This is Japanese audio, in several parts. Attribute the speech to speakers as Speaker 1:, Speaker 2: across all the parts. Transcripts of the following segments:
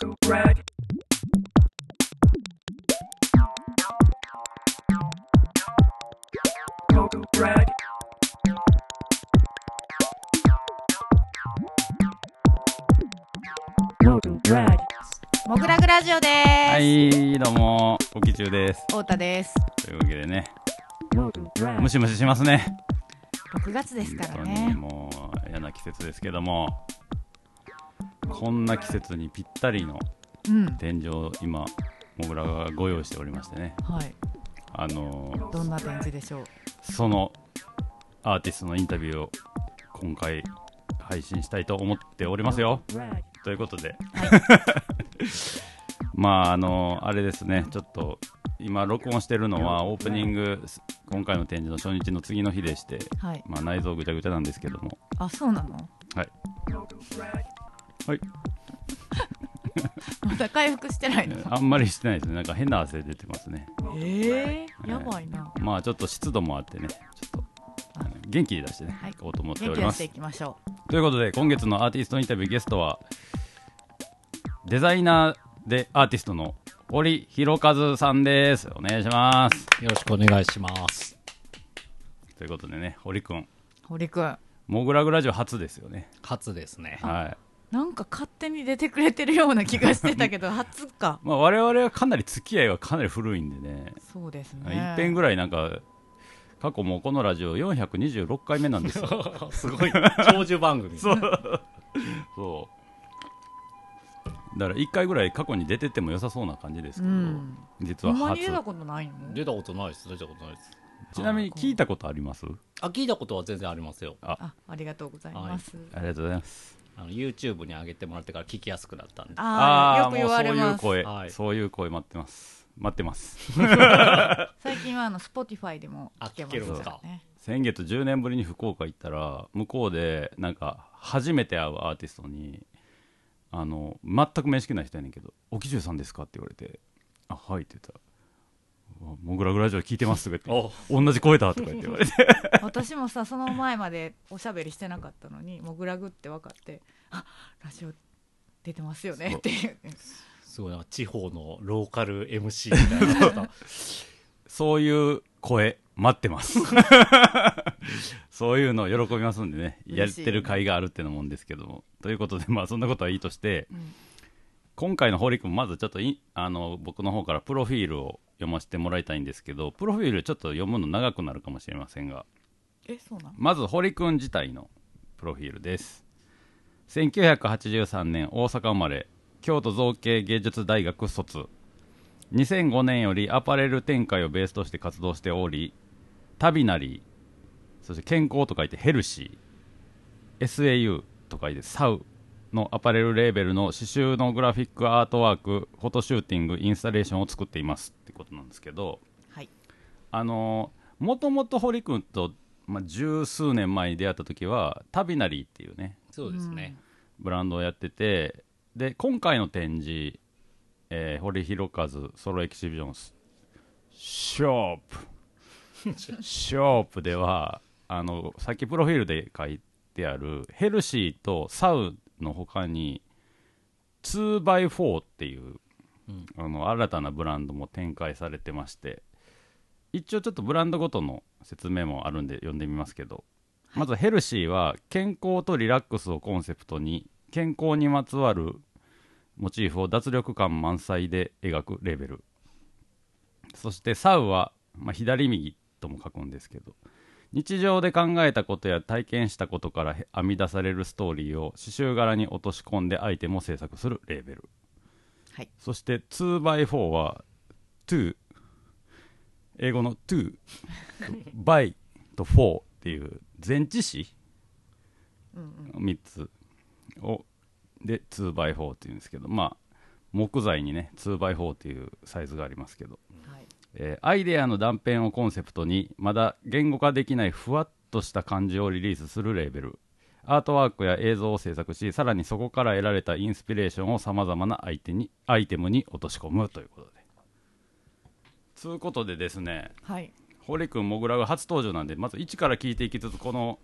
Speaker 1: to brag. Go to brag. Go to brag.
Speaker 2: モグラグラジオです、
Speaker 3: はい、どうも、おきちゅうです。
Speaker 2: 太田です
Speaker 3: というわけでね、
Speaker 1: Go to brag.
Speaker 3: ムシムシしますね。
Speaker 2: 6月ですから
Speaker 3: 本当に
Speaker 2: ね
Speaker 3: もう、嫌な季節ですけども、こんな季節にぴったりの
Speaker 2: うん
Speaker 3: 天井を今、モグラがご用意しておりましてね、
Speaker 2: はい
Speaker 3: あのー
Speaker 2: どんな展示でしょう
Speaker 3: そのアーティストのインタビューを今回、配信したいと思っておりますよ。
Speaker 1: Brag.
Speaker 3: ということで、 まああのあれですねちょっと今録音してるのはオープニング今回の展示の初日の次の日でして、
Speaker 2: はい
Speaker 3: まあ、内臓ぐちゃぐちゃなんですけども
Speaker 2: あそうなの
Speaker 3: はいはい
Speaker 2: まだ回復してないの
Speaker 3: あんまりしてないですねなんか変な汗出てますね
Speaker 2: ええやばいな
Speaker 3: まあちょっと湿度もあってねちょっとあの元気に出してね、
Speaker 2: はい
Speaker 3: い、こうと思って
Speaker 2: 元
Speaker 3: お
Speaker 2: 気
Speaker 3: り
Speaker 2: 出
Speaker 3: ま
Speaker 2: し
Speaker 3: す
Speaker 2: ていきましょ
Speaker 3: ということで今月のアーティストインタビューゲストはデザイナーでアーティストの堀弘和さんですお願いします
Speaker 4: よろしくお願いします。
Speaker 3: ということでね堀くん
Speaker 2: う堀くん
Speaker 3: モグラグラジオ初ですよね
Speaker 4: 初ですね。
Speaker 3: はい
Speaker 2: なんか勝手に出てくれてるような気がしてたけど初か
Speaker 3: まあ我々はかなり付き合いはかなり古いんでね
Speaker 2: そうです
Speaker 3: 一
Speaker 2: ね
Speaker 3: 遍ぐらいなんか過去もうこのラジオ426回目なんです よ
Speaker 4: すごい。長寿番組。そう。
Speaker 3: そうだから1回ぐらい過去に出てっても良さそうな感じですけ
Speaker 2: う
Speaker 3: ど、
Speaker 2: ん
Speaker 3: 実
Speaker 2: ほ
Speaker 3: は
Speaker 2: んまに
Speaker 3: 初
Speaker 2: 出たことないの
Speaker 4: 出たことないです。出たことないです。
Speaker 3: ちなみに聞いたことあります
Speaker 4: あ、聞いたことは全然ありますよ。
Speaker 2: あありがとうございます、
Speaker 3: ありがとうございます
Speaker 4: あの、YouTube に上げてもらってから聞きやすくなったんで。
Speaker 2: ああよ
Speaker 3: ー
Speaker 2: く言われ
Speaker 3: もう
Speaker 2: ます
Speaker 3: そういう声、
Speaker 4: はい
Speaker 3: そういう声待ってます待ってます
Speaker 2: 最近はあの Spotify でも聞けま
Speaker 4: あ聞けるんですす
Speaker 2: から
Speaker 4: か
Speaker 2: ね
Speaker 3: 先月10年ぶりに福岡行ったら向こうでなんか初めて会うアーティストにあの全く面識ない人やねんけど「沖中さんですか?」って言われて「あはい」って言ったらうわ「モグラグラジオ聞いてます」とか言って「同じ声だ」とか言って言われて
Speaker 2: 私もさその前までおしゃべりしてなかったのにもぐらぐって分かって「あラジオ出てますよね」っていう
Speaker 4: すごいな、地方のローカル MC みたいな。
Speaker 3: そういう声待ってます そういうの喜びますんでねやっ
Speaker 2: 嬉しい
Speaker 3: てる甲斐があるってのもんですけどもということでまあそんなことはいいとして、
Speaker 2: ん
Speaker 3: 今回の堀君まずちょっといあの僕の方からプロフィールを読ませてもらいたいんですけどプロフィールちょっと読むの長くなるかもしれませんが
Speaker 2: えそうなの
Speaker 3: まず堀君自体のプロフィールです1983年大阪生まれ京都造形芸術大学卒2005年よりアパレル展開をベースとして活動しており旅なりそして健康と書いてヘルシー SAU と書いてサウのアパレルレーベルの刺繍のグラフィックアートワークフォトシューティングインスタレーションを作っていますってことなんですけど
Speaker 2: はい
Speaker 3: あのもともと堀君と、まあ、十数年前に出会った時はタビナリーっていうね
Speaker 4: そうですね。
Speaker 3: ブランドをやっててで今回の展示、えー堀弘和ソロエキシビジョンスショー プショープではあのさっきプロフィールで書いてあるヘルシーとサウの他に 2x4 っていう、
Speaker 4: うん
Speaker 3: あの新たなブランドも展開されてまして一応ちょっとブランドごとの説明もあるんで読んでみますけどまずヘルシーは健康とリラックスをコンセプトに健康にまつわるモチーフを脱力感満載で描くレベルそしてサウは、まあ、左右とも書くんですけど日常で考えたことや体験したことからへ編み出されるストーリーを刺繍柄に落とし込んでアイテムを制作するレーベル
Speaker 2: はい
Speaker 3: そして 2x4 は2英語の2 by と4っていう前置詞3つをで 2x4 っていうんですけどまあ木材にね 2x4 っていうサイズがありますけど、
Speaker 2: はい
Speaker 3: えーアイデアの断片をコンセプトにまだ言語化できないふわっとした感じをリリースするレーベルアートワークや映像を制作しさらにそこから得られたインスピレーションをさまざまなアイテにアイテムに落とし込むということでつうことでですね
Speaker 2: はい
Speaker 3: 堀君もぐらが初登場なんでまず一から聞いていきつつこの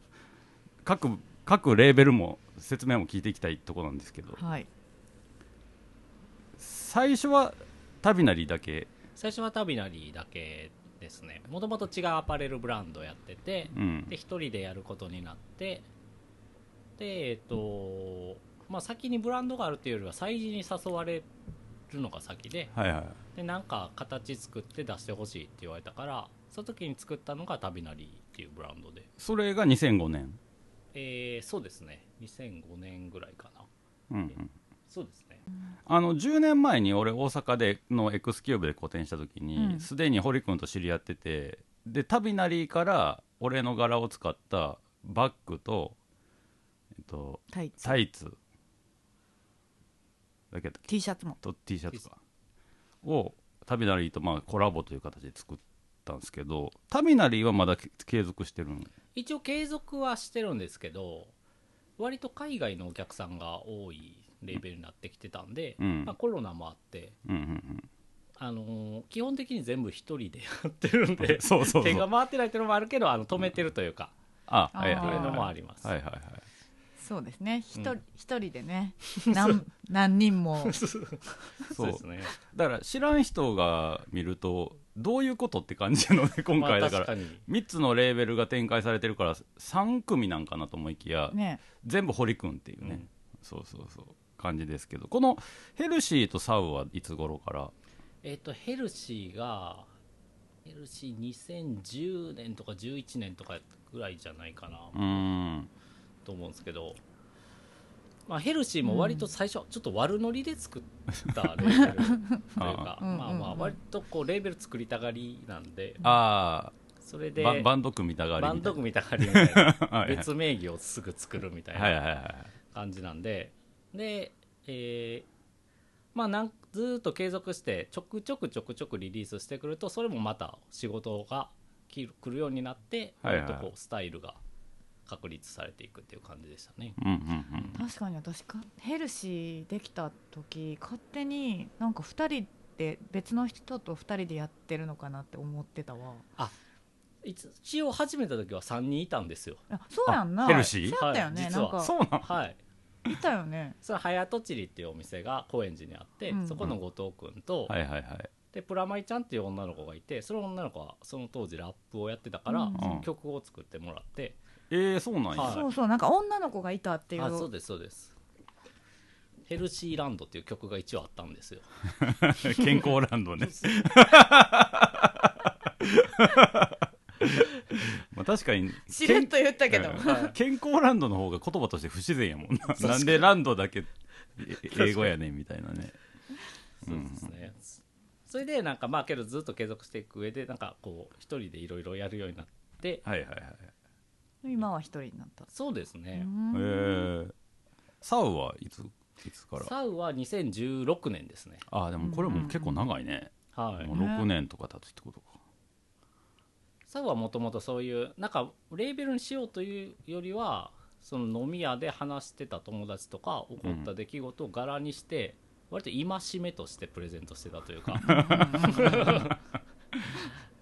Speaker 3: 各各レーベルも説明も聞いていきたいところなんですけど
Speaker 2: はい
Speaker 3: 最初はタビナリだけ、
Speaker 4: 最初はタビナリーだけですねもともと違うアパレルブランドやってて
Speaker 3: うん
Speaker 4: で1人でやることになってでえっ、とまあ先にブランドがあるっていうよりは催事に誘われるのが先で
Speaker 3: はいはい
Speaker 4: でなんか形作って出してほしいって言われたからその時に作ったのがタビナリーっていうブランドで、
Speaker 3: それが2005年
Speaker 4: えーそうですね2005年ぐらいかな
Speaker 3: うんうん
Speaker 4: そうですね
Speaker 3: あの10年前に俺大阪での X キューブで個展した時
Speaker 2: う
Speaker 3: に
Speaker 2: ん
Speaker 3: すで、に堀君と知り合っててでタビナリーから俺の柄を使ったバッグと、えっと、
Speaker 2: タイツ
Speaker 3: タイツだけど
Speaker 2: T シャツも
Speaker 3: と T シャツかをタビナリーとまあコラボという形で作ったんですけどタビナリーはまだけ継続してるん
Speaker 4: 一応継続はしてるんですけど割と海外のお客さんが多いレベルになってきてたんで、
Speaker 3: うん
Speaker 4: まあ、コロナもあって、
Speaker 3: うんうん
Speaker 4: あのー基本的に全部一人でやってるん で
Speaker 3: そうそうそう
Speaker 4: 手が回ってないっていうのもあるけどあの止めてるというか、
Speaker 3: あ
Speaker 2: あー
Speaker 3: はいはい
Speaker 4: っ
Speaker 3: は
Speaker 4: て
Speaker 3: い
Speaker 4: いうのもあ
Speaker 3: はい
Speaker 4: ります、
Speaker 3: はいはい
Speaker 2: そうですね一
Speaker 4: う
Speaker 2: 人
Speaker 4: ん
Speaker 2: 一人で ね何何人も
Speaker 4: そうですね
Speaker 3: だから知らん人が見るとどういうことって感じなので今
Speaker 4: まあ
Speaker 3: 回だか
Speaker 4: 確からに
Speaker 3: 3つのレーベルが展開されてるから3組なんかなと思いきや
Speaker 2: ね
Speaker 3: 全部堀君っていうね、
Speaker 4: うん
Speaker 3: そうそうそう感じですけどこのヘルシーとサウはいつ頃から
Speaker 4: えっ、とヘルシーがヘルシー2010年とか11年とかぐらいじゃないかな、
Speaker 3: うーん
Speaker 4: と思うんですけど、まあ、ヘルシーも割と最初、ちょっと悪ノリで作ったレーベルというか
Speaker 2: あー
Speaker 4: まあ
Speaker 2: うんうんうん
Speaker 4: まあ割とこうレーベル作りたがりなんで
Speaker 3: あ
Speaker 4: それ
Speaker 3: あ
Speaker 4: で
Speaker 3: ババンド組みたがり
Speaker 4: バン
Speaker 3: みた
Speaker 4: ド
Speaker 3: いな
Speaker 4: 組みたがりみたいな
Speaker 3: はいはい
Speaker 4: 別名義をすぐ作るみたい
Speaker 3: はい
Speaker 4: な
Speaker 3: はいはいはい
Speaker 4: 感じなんでで、えーまあなんずーっと継続してちょくちょくちょくちょくリリースしてくるとそれもまた仕事が来る来るようになって、
Speaker 3: はいはい
Speaker 4: 割とこうスタイルが確立されていくっていう感じでしたね。
Speaker 3: うんうんうん
Speaker 2: 確かに私かヘルシーできた時勝手になんか2人で別の人と2人でやってるのかなって思ってたわ
Speaker 4: 一応始めた時は3人いたんですよ
Speaker 2: あそうやんな
Speaker 3: あヘルシー
Speaker 2: そうやったよね、
Speaker 4: はい実
Speaker 2: なん
Speaker 4: は
Speaker 2: か
Speaker 3: そうなん
Speaker 4: はい
Speaker 2: いたよね
Speaker 4: それはやとちりっていうお店が高円寺にあって、
Speaker 2: うん
Speaker 4: そこの後藤君と、
Speaker 3: はいはいはい
Speaker 4: でプラマイちゃんっていう女の子がいてその女の子はその当時ラップをやってたから、
Speaker 2: うん
Speaker 4: その曲を作ってもらって
Speaker 3: えー、そうなんや、
Speaker 4: はい
Speaker 2: そうそうなんか女の子がいたっていう
Speaker 4: あそうですそうです「ヘルシーランド」っていう曲が一応あったんですよ
Speaker 3: 健康ランドね まあ確かに
Speaker 2: しれっと言ったけど、
Speaker 3: うん健康ランドの方が言葉として不自然やもんななんでランドだけえ英語やねんみたいなね
Speaker 4: そうですね、それでなんかまあけどずっと継続していく上でなんかこう一人でいろいろやるようになって
Speaker 3: はいはいはい
Speaker 2: 今は一人になった、
Speaker 4: そうです
Speaker 2: う
Speaker 4: ね、
Speaker 2: ん
Speaker 3: えー、サウはいついつから
Speaker 4: サウは2016年ですね
Speaker 3: あーでもこれも結構長いね、
Speaker 4: はい
Speaker 3: もう6年とか経つってことか、
Speaker 4: サウはもともとそういうなんかレーベルにしようというよりはその飲み屋で話してた友達とか起こった出来事を柄にして、割と戒めとしてプレゼントしてたというか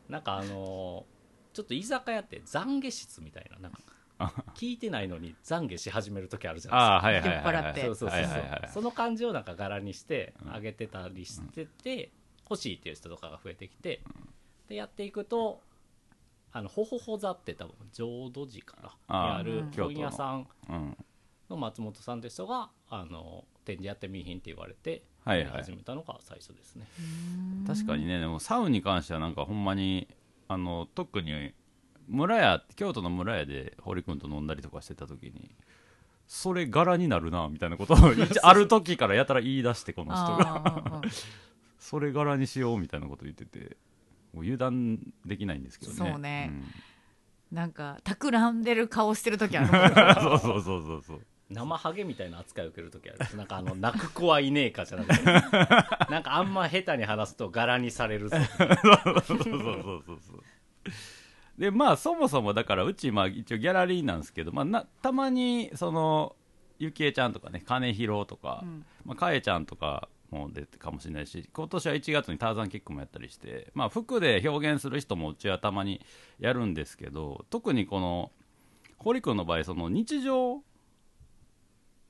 Speaker 4: なんかあのーちょっと居酒屋って懺悔室みたいななんか聞いてないのに懺悔し始める時あるじゃ
Speaker 3: ああ
Speaker 4: ない
Speaker 3: はいはいはい
Speaker 2: 酔っ払
Speaker 3: は
Speaker 2: っ
Speaker 3: い
Speaker 2: て
Speaker 4: ですかそうそうそうそう、
Speaker 3: はいはいはい
Speaker 4: その感じをなんか柄にしてあげてたりしてて、欲しいっていう人とかが増えてきて、でやっていくとあのほほほ座って多分浄土寺かな
Speaker 3: あ
Speaker 2: ー
Speaker 4: にある
Speaker 2: うん
Speaker 4: 本屋さん
Speaker 3: うん
Speaker 4: の松本さんって人があの展示やってみいひんって言われて、
Speaker 3: はいはい
Speaker 4: 始めたのが最初ですね
Speaker 3: 確かにねでもサウに関してはなんかほんまにあの特に村屋京都の村屋で堀君と飲んだりとかしてた時にそれ柄になるなみたいなこと を一ある時からやたら言い出してこの人が
Speaker 2: あ ー
Speaker 3: それ柄にしようみたいなこと言っててもう油断できないんですけどね
Speaker 2: そうね
Speaker 3: ん
Speaker 2: なんか企んでる顔してる時あるもん
Speaker 3: そうそうそうそうそう
Speaker 4: 生ハゲみたいな扱いを受ける時あるなんかあの泣く子はいねえかじゃなく てなんかあんま下手に話すと柄にされるぞ
Speaker 3: そうそうそうそうそうでまあそもそもだからうちまあ一応ギャラリーなんですけど、まあ、なたまにそのゆきえちゃんとかね金広とか、
Speaker 2: うん
Speaker 3: まあ、かえちゃんとかも出てかもしれないし今年は1月にターザンキックもやったりして、まあ、服で表現する人もうちはたまにやるんですけど特にこの堀君の場合その日常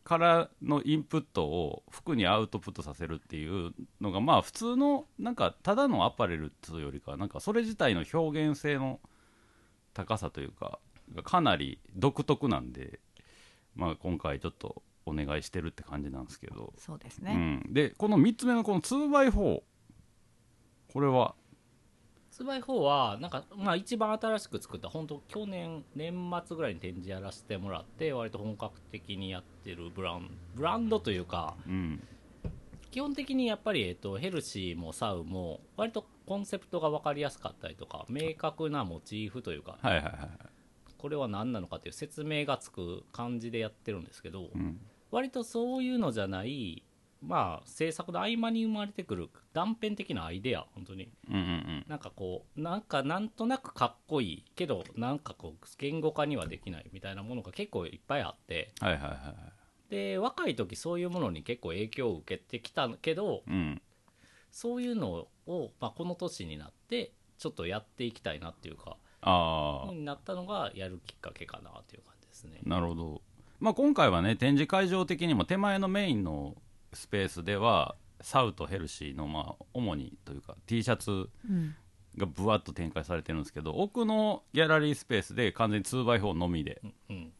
Speaker 3: からのインプットを服にアウトプットさせるっていうのがまあ普通のなんかただのアパレルっていうよりかはなんかそれ自体の表現性の高さというかがかなり独特なんで、まあ、今回ちょっとお願いしてるって感じなんですけど、
Speaker 2: そうです
Speaker 3: う
Speaker 2: ね、
Speaker 3: ん、でこの3つ目のこの 2x4 これは
Speaker 4: ツバイ4はなんか、まあ、一番新しく作った本当去年年末ぐらいに展示やらせてもらって割と本格的にやってるブランブランドというか
Speaker 3: うん
Speaker 4: 基本的にやっぱり、えっと、ヘルシーもサウも割とコンセプトが分かりやすかったりとか明確なモチーフというか
Speaker 3: はいはいはい、
Speaker 4: これは何なのかという説明がつく感じでやってるんですけど
Speaker 3: うん
Speaker 4: 割とそういうのじゃないまあ制作の合間に生まれてくる断片的なアイデア本当に
Speaker 3: うんうん
Speaker 4: なんかこうなんかなんとなくかっこいいけどなんかこう言語化にはできないみたいなものが結構いっぱいあって
Speaker 3: うんはいはいは
Speaker 4: で若い時そういうものに結構影響を受けてきたけど
Speaker 3: いうん
Speaker 4: そういうのを、まあ、この年になってちょっとやっていきたいなっていうか
Speaker 3: ああ
Speaker 4: になったのがやるきっかけかなという感じですね。
Speaker 3: なるほど、まあ、今回はね展示会場的にも手前のメインのスペースではサウとヘルシーのまあ主にというか T シャツ
Speaker 2: うん
Speaker 3: がぶわっと展開されてるんですけど奥のギャラリースペースで完全に 2x4 のみで、
Speaker 4: うんうん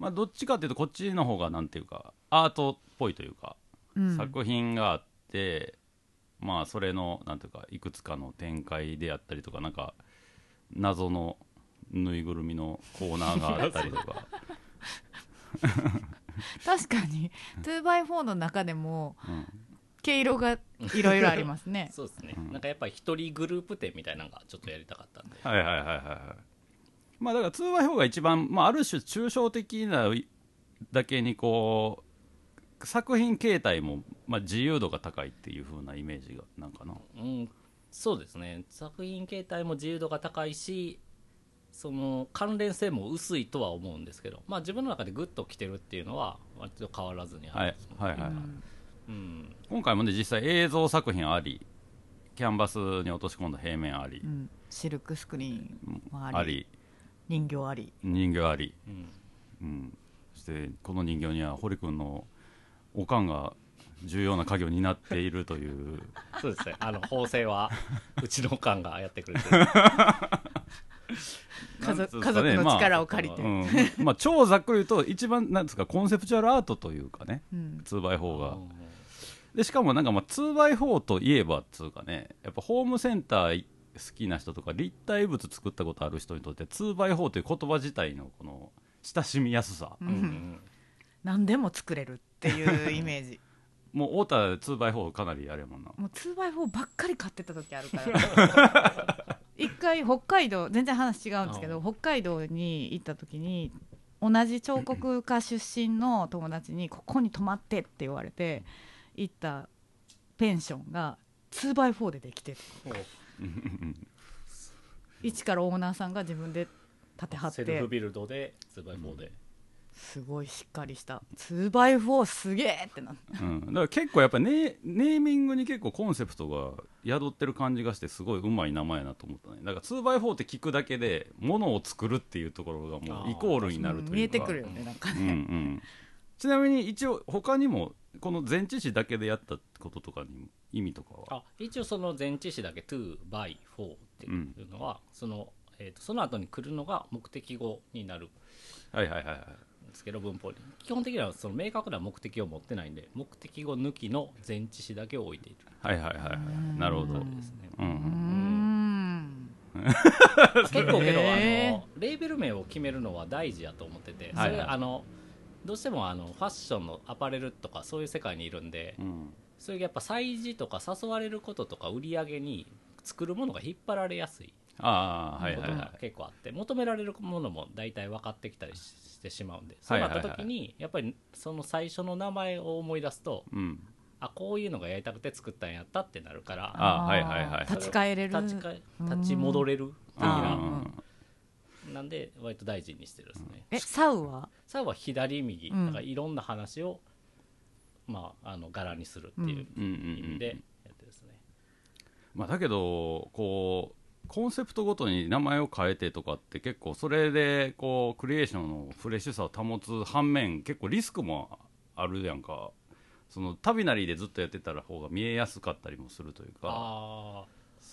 Speaker 3: まあ、どっちかっていうとこっちの方がなんていうかアートっぽいというか、
Speaker 2: うん
Speaker 3: 作品があってまあそれのなんていうかいくつかの展開であったりとかなんか謎のぬいぐるみのコーナーがあった りとか、
Speaker 2: 確かに 2x4 の中でも
Speaker 3: うん、
Speaker 2: 毛色がいろいろあります ね
Speaker 4: そうですね、
Speaker 3: うん
Speaker 4: なんかやっぱり一人グループ展みたいなのがちょっとやりたかったんで、
Speaker 3: はいはいはいはいはいまあだから通話表が一番、まあ、ある種抽象的なだけにこう作品形態も、まあ、自由度が高いっていう風なイメージがなんかな
Speaker 4: うん、そうですね作品形態も自由度が高いしその関連性も薄いとは思うんですけど、まあ、自分の中でグッときてるっていうのは割と変わらずにあ
Speaker 3: は
Speaker 4: るん
Speaker 3: い
Speaker 4: ですね
Speaker 3: はいはいはい、
Speaker 2: うん
Speaker 4: うん
Speaker 3: 今回もね実際映像作品ありキャンバスに落とし込んだ平面あり
Speaker 2: う、んシルクスクリーンもあり
Speaker 3: あり
Speaker 2: 人形あり
Speaker 3: 人形あり、
Speaker 4: うん
Speaker 3: うん、そしてこの人形には堀君のおかんが重要な影を担っているという
Speaker 4: そうですね あの縫製はうちのおかんがやってくれてる
Speaker 2: 家
Speaker 3: なんつう
Speaker 2: 族
Speaker 3: ん
Speaker 2: 家族
Speaker 3: ですかね
Speaker 2: の
Speaker 3: まあ
Speaker 2: 力を借りて、
Speaker 3: うん、まあ超ざっくり言うと一番なんですかコンセプチュアルアートというかね
Speaker 2: うん、
Speaker 3: 2x4 が
Speaker 4: うん
Speaker 3: でしかもなんかまあ 2x4 といえばっつうかねやっぱホームセンター好きな人とか立体物作ったことある人にとって 2x4 という言葉自体のこの親しみやすさ、
Speaker 2: うん
Speaker 4: うんうん
Speaker 2: 何でも作れるっていうイメー ジ
Speaker 3: もう太田 2x4 かなりあれやもんな
Speaker 2: もう 2x4 ばっかり買ってた時あるから 一回北海道全然話違うんですけど北海道に行った時に同じ彫刻家出身の友達に「ここに泊まって」って言われて行ったペンションが 2x4 でできてて一からオーナーさんが自分で建てはっ
Speaker 4: セル
Speaker 2: て
Speaker 4: フビルドで 2x4 で、
Speaker 2: すごいしっかりした 2x4 すげえってなって
Speaker 3: うん、だから結構やっぱネネーミングに結構コンセプトが宿ってる感じがしてすごいうまい名前やなと思ったねだから 2x4 って聞くだけでものを作るっていうところがもうイコールになるというか
Speaker 2: 見えてくるよねなんか
Speaker 3: う
Speaker 2: ね、
Speaker 3: んうん、ちなみに一応他にもこの前置詞だけでやったこととかにも意味とかは
Speaker 4: あ一応その前置詞だけ 2x4 っていうのは、そのえー、とその後に来るのが目的語になる
Speaker 3: はいはいはいはい
Speaker 4: ですけど文法に基本的にはその明確な目的を持ってないんで目的語抜きの前置詞だけを置 いている
Speaker 3: はいはいはいはいなるほど、うん
Speaker 4: ですね、
Speaker 3: う
Speaker 2: うー
Speaker 3: ん、
Speaker 2: ん
Speaker 4: 結構けど、
Speaker 2: へー
Speaker 4: あのレーベル名を決めるのは大事やと思っててそ
Speaker 3: はいはい
Speaker 4: れ、あのどうしてもあのファッションのアパレルとかそういう世界にいるんで、
Speaker 3: うん、
Speaker 4: そういうやっぱ催事とか誘われることとか売り上げに作るものが引っ張られやすい
Speaker 3: ああはい
Speaker 4: こ
Speaker 3: は
Speaker 4: と
Speaker 3: いは
Speaker 4: が
Speaker 3: い
Speaker 4: 結構あって求められるものも大体分かってきたりししてしまうんでそうなった時
Speaker 3: はいは
Speaker 4: にやっぱりその最初の名前を思い出すと
Speaker 3: うん
Speaker 4: あこういうのがやりたくて作ったんやったってなるから
Speaker 3: あはいはいはい
Speaker 2: 立ち返れる
Speaker 4: 立ち返立ち戻れる的
Speaker 2: あ
Speaker 4: な
Speaker 2: ー
Speaker 3: うん
Speaker 4: なんで割と大事にしてるですね、
Speaker 2: えサウは
Speaker 4: 最後は左右、
Speaker 2: うん
Speaker 4: なんかいろんな話をまああの柄にするっていう
Speaker 3: うんうん
Speaker 4: 意
Speaker 3: うん
Speaker 4: 味でやってるですね、
Speaker 3: まあ、だけどこうコンセプトごとに名前を変えてとかって結構それでこうクリエーションのフレッシュさを保つ反面結構リスクもあるやんかその旅なりでずっとやってたら方が見えやすかったりもするというか
Speaker 4: ああ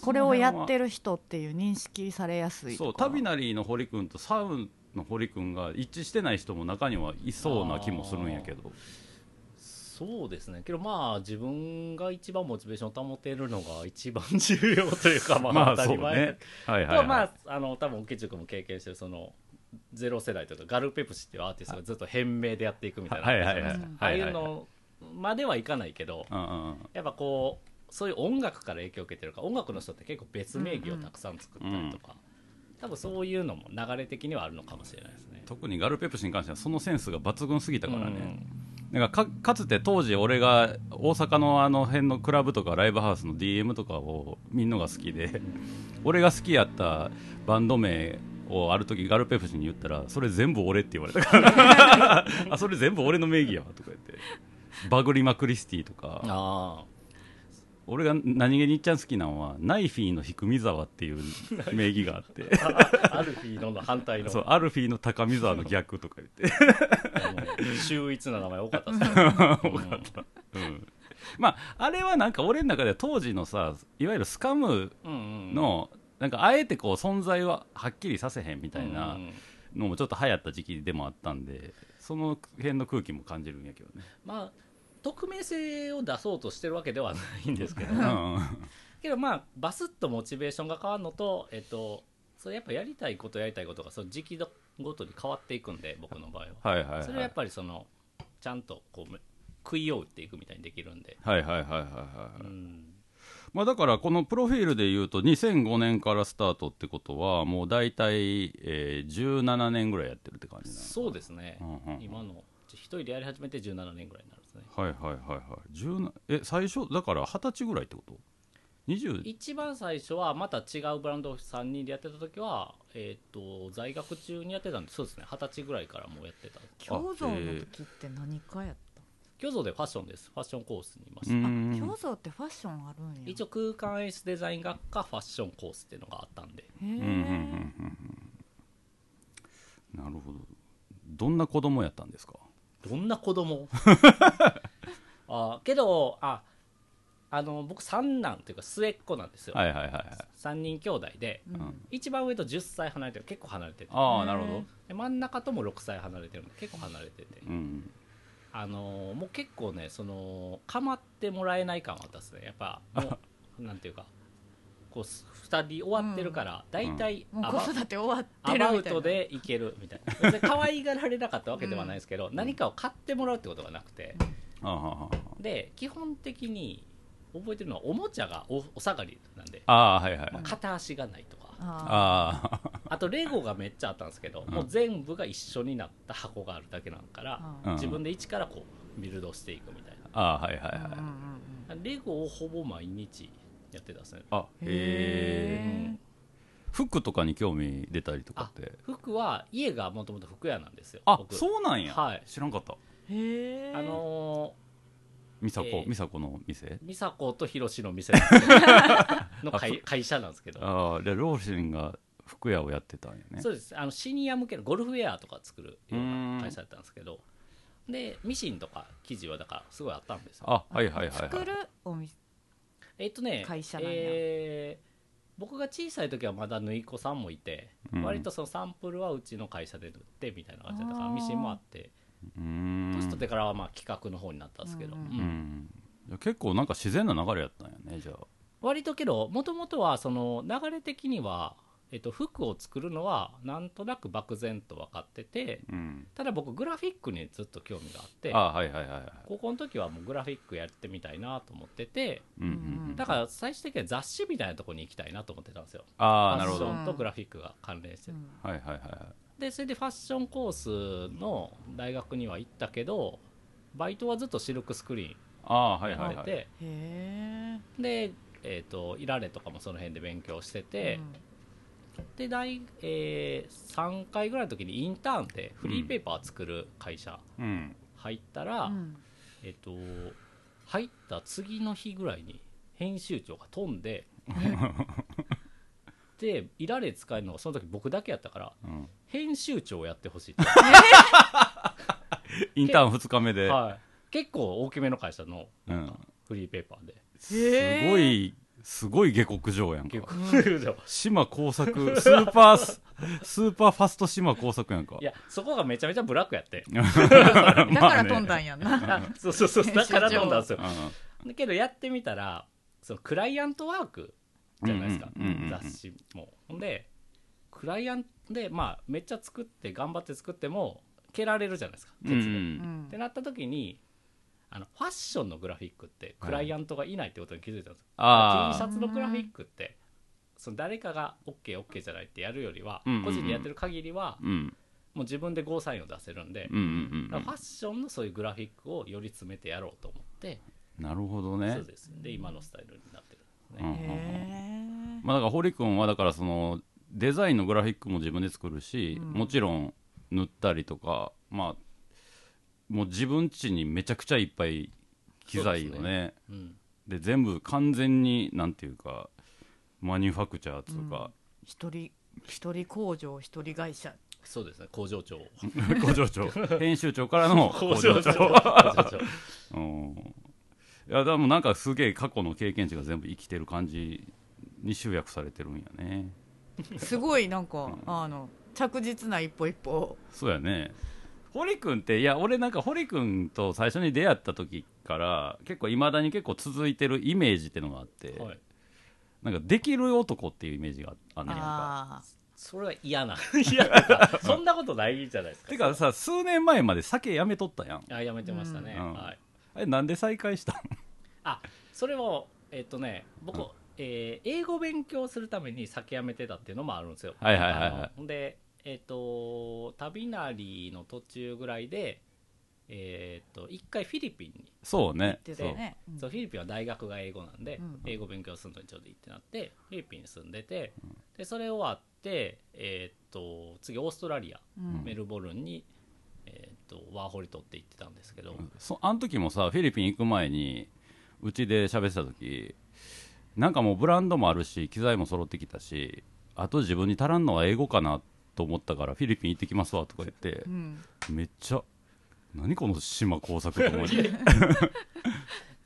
Speaker 2: これをやって
Speaker 3: る
Speaker 2: る人っていう認識されやすい
Speaker 3: そう
Speaker 2: とか
Speaker 3: 旅なりの堀君とサウンの堀君が一致してない人も中にはいそうな気もするんやけど
Speaker 4: そうですねけどまあ自分が一番モチベーションを保てるのが一番重要というかまあ当たり前、
Speaker 3: はいはい、
Speaker 4: と
Speaker 3: はい、
Speaker 4: まああの多分ケチュ君も経験してるそのゼロ世代というかガルペプシっていうアーティストがずっと変名でやっていくみたいな
Speaker 3: はいはいはい
Speaker 2: は
Speaker 4: あ
Speaker 2: い
Speaker 4: あいうのまではいかないけど
Speaker 3: うんうんうん
Speaker 4: やっぱこうそういう音楽から影響を受けてるから音楽の人って結構別名義をたくさん作ったりとか、多分そういうのも流れ的にはあるのかもしれないですね。
Speaker 3: 特にガルペプシに関してはそのセンスが抜群すぎたからね、
Speaker 4: うん
Speaker 3: なんかかかつて当時俺が大阪のあの辺のクラブとかライブハウスの DM とかをみんなが好きで俺が好きやったバンド名をある時ガルペプシに言ったらそれ全部俺って言われたからあそれ全部俺の名義やわとか言ってバグリマクリスティとか
Speaker 4: あ
Speaker 3: 俺が何気にいっちゃん好きなのはナイフィーの低見沢っていう名義があって
Speaker 4: ーあアルフィーの反対の
Speaker 3: そうアルフィーの高見沢の逆とか言って
Speaker 4: うん秀逸な名前多かったですね 多かった
Speaker 3: うんまああれはなんか俺の中では当時のさいわゆるスカムの、なんかあえてこう存在ははっきりさせへんみたいなのもちょっと流行った時期でもあったんでその辺の空気も感じるんやけどね。
Speaker 4: まあ匿名性を出そうとしてるわけではないんですけど
Speaker 3: うんうん
Speaker 4: けどまあバスッとモチベーションが変わるのとえっとそれやっぱやりたいことやりたいことがその時期ごとに変わっていくんで僕の場合は、
Speaker 3: はいはいはい
Speaker 4: それはやっぱりそのちゃんとこうめ食いようっていくみたいにできるんで、
Speaker 3: はいはいはいはいはい、
Speaker 4: うん
Speaker 3: まあだからこのプロフィールで言うと2005年からスタートってことはもう大体、えー、17年ぐらいやってるって感じなの
Speaker 4: そうですね、
Speaker 3: うんうん
Speaker 4: 今の一人でやり始めて17年ぐらいになるんですね
Speaker 3: はいはいはいはい17え最初だから二十歳ぐらいってこと ?20
Speaker 4: 一番最初はまた違うブランドを3人でやってた時は、えー、と在学中にやってたんでそうですね二十歳ぐらいからもうやってた
Speaker 2: 共存の時って何かやった
Speaker 4: 京都でファッションですファッションコースにいまし
Speaker 3: う
Speaker 4: た、
Speaker 2: あ
Speaker 3: ん
Speaker 2: 共存ってファッションあるんや
Speaker 4: 一応空間演出デザイン学科ファッションコースっていうのがあったんで
Speaker 2: へ
Speaker 3: う
Speaker 2: ー
Speaker 3: んうんうんうんうんなるほどどんな子供やったんですか
Speaker 4: どんな 子供あけどああの僕三男というか末っ子なんですよ、
Speaker 3: はいはいはいはい
Speaker 4: 三人兄弟で
Speaker 2: うん
Speaker 3: うん
Speaker 4: 一番上と10歳離れてる結構離れてて
Speaker 2: へ
Speaker 3: ああ
Speaker 2: ー
Speaker 3: なるほど
Speaker 4: で真ん中とも6歳離れてるんで結構離れてて、
Speaker 3: うん
Speaker 4: あのーもう結構ねその構ってもらえない感はあったですねやっぱも うなんていうかこうす二人終わってるから大体、
Speaker 2: もう
Speaker 4: ア
Speaker 2: 子
Speaker 4: バ
Speaker 2: 育て終わって
Speaker 4: ア
Speaker 2: るみた
Speaker 4: バ
Speaker 2: いな
Speaker 4: ウトでいけるみたいな別に可愛がられなかったわけではないですけど、何かを買ってもらうってことがなくて
Speaker 3: ああは
Speaker 4: で基本的に覚えてるのはおもちゃがおお下がりなんで、
Speaker 3: あああはいはい
Speaker 4: まあ片足がないとか
Speaker 2: あ
Speaker 3: あ
Speaker 4: あとレゴがめっちゃあったんですけど、
Speaker 3: うん
Speaker 4: もう全部が一緒になった箱があるだけなのから、
Speaker 2: ー
Speaker 3: うん
Speaker 4: 自分で一からこうビルドしていくみたい
Speaker 3: あああはいはい
Speaker 2: うんうんうん
Speaker 3: はい
Speaker 2: うん
Speaker 4: なレゴをほぼ毎日やってたんですね
Speaker 3: あへえ
Speaker 2: へ
Speaker 3: 服とかに興味出たりとかって
Speaker 4: 服は家がもともと服屋なんですよ
Speaker 3: あ
Speaker 4: 僕
Speaker 3: そうなんや、
Speaker 4: はい
Speaker 3: 知らんかった
Speaker 2: えへえ
Speaker 4: あの
Speaker 3: 美佐子
Speaker 4: えー
Speaker 3: 美佐子の店
Speaker 4: ー美佐子と広志の店なんですけどの
Speaker 3: あ
Speaker 4: 会
Speaker 3: そ
Speaker 4: 会社なんですけど
Speaker 3: ああで両親が服屋をやってたんやね
Speaker 4: そうですあのシニア向けのゴルフウェアとか作るよう
Speaker 3: うーん
Speaker 4: な会社だったんですけどでミシンとか生地はだからすごいあったんですよ
Speaker 3: あはいはいはいはい
Speaker 2: 作るお店
Speaker 4: えっとね
Speaker 2: 会社なんや
Speaker 4: えー僕が小さい時はまだ縫い子さんもいて、
Speaker 3: うん
Speaker 4: 割とそのサンプルはうちの会社で縫ってみたいな感じだったか
Speaker 2: あ
Speaker 4: ら
Speaker 2: ー
Speaker 4: ミシンもあって
Speaker 3: うーん
Speaker 4: 年取ってからはまあ企画の方になったんですけど、
Speaker 2: うん
Speaker 4: うん
Speaker 2: うん
Speaker 3: うんいや結構なんか自然な流れやったんやねじゃあ
Speaker 4: 割とけどもともとはその流れ的には、えっと、服を作るのはなんとなく漠然と分かってて
Speaker 3: うん
Speaker 4: ただ僕グラフィックにずっと興味があって
Speaker 3: あはいはいはいはい
Speaker 4: 高校の時はもうグラフィックやってみたいなと思ってて
Speaker 3: うんうんうん
Speaker 4: だから最終的には雑誌みたいなところに行きたいなと思ってたんですよ
Speaker 3: ああ
Speaker 4: フ
Speaker 3: な
Speaker 4: ァ
Speaker 3: るほ
Speaker 4: ッシ
Speaker 3: ど
Speaker 2: う
Speaker 3: は
Speaker 2: ん
Speaker 3: い
Speaker 4: ョンとグラフィックが関連して
Speaker 2: う
Speaker 4: て
Speaker 2: ん
Speaker 3: はいはいはい
Speaker 4: でそれでファッションコースの大学には行ったけどバイトはずっとシルクスクリ
Speaker 3: ああは
Speaker 4: ーン
Speaker 3: い
Speaker 4: や
Speaker 3: は
Speaker 4: っ
Speaker 3: い
Speaker 4: て
Speaker 3: は
Speaker 4: て、
Speaker 3: い
Speaker 2: へ
Speaker 4: で、えー、とイラレとかもその辺で勉強して
Speaker 2: え
Speaker 4: て、で大、えー3回ぐらいの時にインターンでフリーペーパー作る会社
Speaker 3: うん
Speaker 4: 入ったら、
Speaker 2: うん
Speaker 4: えっ、と入った次の日ぐらいに編集長が飛んで でイラレ使えるのがその時僕だけやったから
Speaker 3: うん
Speaker 4: 編集長をやってほしいって
Speaker 3: インターン2日目で
Speaker 4: は結構大きめの会社の
Speaker 3: うん、
Speaker 4: フリーペーパーです
Speaker 3: ごいすごい下克上やんか
Speaker 4: 結構
Speaker 3: 島工作スーパーススーパーファスト島工作やんか
Speaker 4: いやそこがめちゃめちゃブラックやって
Speaker 3: まあね
Speaker 2: だから飛んだんやんな、
Speaker 4: そうそうそうだから飛んだんですよ
Speaker 3: う
Speaker 4: だけどやってみたらそのクライアントワークじゃないですか、
Speaker 3: うんうんうんうんうん
Speaker 4: 雑誌もほんでクライアントでまあめっちゃ作って頑張って作っても蹴られるじゃないですかケ
Speaker 3: んう
Speaker 4: ツで、
Speaker 2: うんん
Speaker 4: ってなった時にあのファッションのグラフィックってクライアントがいないってことに気づいたんですよ、T シ
Speaker 3: あ
Speaker 4: ャツのグラフィックってその誰かが OKOK、OK じゃないってやるよりは、
Speaker 3: うんうんうん
Speaker 4: 個人でやってる限りは
Speaker 3: あうん
Speaker 4: もう自分でゴーサインを出せるんで、
Speaker 3: うんうん
Speaker 4: だ
Speaker 3: う
Speaker 4: からファ
Speaker 3: ん
Speaker 4: ッションのそういうグラフィックをより詰めてやろうと思って、
Speaker 3: なるほど
Speaker 4: そ
Speaker 3: ね
Speaker 4: うですで今のスタイルになってる
Speaker 3: う
Speaker 4: んですね、
Speaker 3: んうんうん
Speaker 2: へー
Speaker 3: まあだから堀君はだからそのデザインのグラフィックも自分で作るし、
Speaker 2: うん
Speaker 3: もちろん塗ったりとかまあもう自分家にめちゃくちゃいっぱい機材を
Speaker 4: そうです
Speaker 3: ね
Speaker 4: うん
Speaker 3: で全部完全になんていうかマニュファクチャーとか、
Speaker 2: 一人一人工場一人会社
Speaker 4: そうですね工 場長
Speaker 3: 工場長編集長からの工場長
Speaker 4: 工場長
Speaker 3: うんいやでもなんかすげえ過去の経験値が全部生きてる感じに集約されてるんやね
Speaker 2: すごいなんかあの着実な一歩一歩
Speaker 3: そうやね堀君っていや俺なんか堀君と最初に出会った時から結構いまだに結構続いてるイメージってのがあって、
Speaker 4: はい
Speaker 3: なんかできる男っていうイメージがあんねんか
Speaker 2: あ
Speaker 4: それは嫌 な嫌なか そんなことないじゃないですか
Speaker 3: てかさ数年前まで酒やめとったやん
Speaker 4: あやめてましたね、
Speaker 3: うん
Speaker 4: はい
Speaker 3: あれなんで再開したん
Speaker 4: あそれもえっとね僕、
Speaker 3: うん
Speaker 4: えー英語勉強するために酒やめてたっていうのもあるんですよ
Speaker 3: はいはいはいはい
Speaker 4: あのでえっ、と旅なりの途中ぐらいでえっ、と一回フィリピンに、
Speaker 3: そうね
Speaker 2: ー言ってたよねうん
Speaker 4: そうフィリピンは大学が英語なんで、
Speaker 2: うん
Speaker 4: 英語勉強するのにちょうどいいってなってフィリピンに住んでてでそれ終わってえっ、と次オーストラリア
Speaker 2: うん
Speaker 4: メルボルンに、えっとワーホリ取って行ってたんですけど、
Speaker 3: そあの時もさフィリピン行く前にうちで喋ってた時なんかもうブランドもあるし機材も揃ってきたしあと自分に足らんのは英語かなと思ったからフィリピン行ってきますわとか言って
Speaker 2: うん
Speaker 3: めっちゃ何この島工作と思って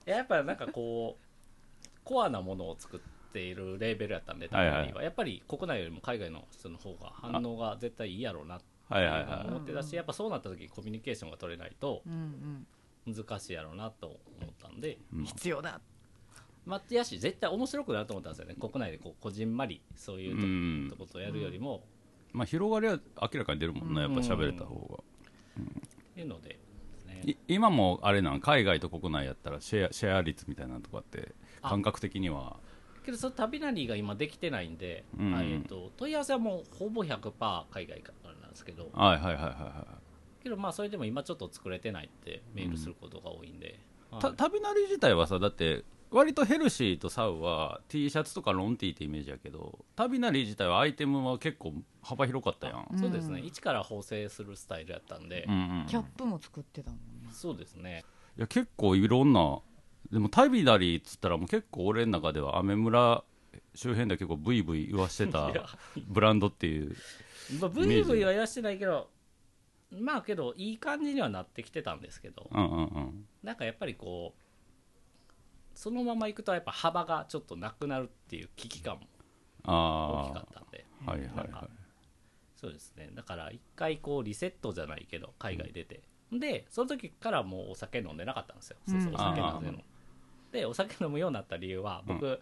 Speaker 4: やっぱなんかこう コアなものを作っているレーベルやったんで、
Speaker 3: はいはい
Speaker 4: ダミーはやっぱり国内よりも海外の人の方が反応が絶対いいやろうなって
Speaker 3: はいはい
Speaker 4: いうのを
Speaker 3: は
Speaker 4: 思ってたし、やっぱそうなった時にコミュニケーションが取れないと
Speaker 2: うんうん
Speaker 4: 難しいやろうなと思ったんで、
Speaker 3: い、うん
Speaker 2: 必要だ
Speaker 4: まあ、やし絶対面白くなると思ったんですよね国内でこうこじんまりそういうと,、
Speaker 3: うん
Speaker 4: ことをやるよりも、
Speaker 3: まあ、広がりは明らかに出るもんな、
Speaker 2: うん
Speaker 3: やっぱ喋れた方
Speaker 4: っていうのでですね
Speaker 3: が、い今もあれなん海外と国内やったらシェアシェア率みたいなのとかって
Speaker 4: あ
Speaker 3: 感覚的には
Speaker 4: けどその旅なりが今できてないんで、
Speaker 3: うん
Speaker 4: あえーと問い合わせはもうほぼ100%海外からなんですけど、
Speaker 3: はいはいはいはいはい
Speaker 4: けどまあそれでも今ちょっと作れてないってメールすることが多いんで、
Speaker 3: た
Speaker 4: はい
Speaker 3: 旅なり自体はさだって割とヘルシーとサウは T シャツとかロンティーってイメージやけど旅なり自体はアイテムは結構幅広かったやん、
Speaker 4: そうですね、
Speaker 2: うん
Speaker 4: 一から縫製するスタイルやったんで、
Speaker 3: うんうんうん
Speaker 2: キャップも作ってたもんね
Speaker 4: そうですね
Speaker 3: いや結構いろんなでも旅なりっつったらもう結構俺の中ではアメ村周辺では結構ブイブイ言わしてた
Speaker 4: いや
Speaker 3: ブランドっていう
Speaker 4: まあブイブイはやらしてないけどまあけどいい感じにはなってきてたんですけど
Speaker 3: うんうんうん
Speaker 4: なんかやっぱりこうそのまま行くとやっぱ幅がちょっとなくなるっていう危機感も大きか
Speaker 3: あ
Speaker 4: ったんで
Speaker 3: あはいはい
Speaker 4: な
Speaker 3: は
Speaker 4: ん
Speaker 3: い
Speaker 4: かそうですねだから一回こうリセットじゃないけど海外出て、でその時からもうお酒飲んでなかったんですよ、そうそ
Speaker 2: う
Speaker 4: う
Speaker 2: ん
Speaker 4: お酒飲んで
Speaker 3: あ
Speaker 4: のでお酒飲むようになった理由は僕、
Speaker 3: う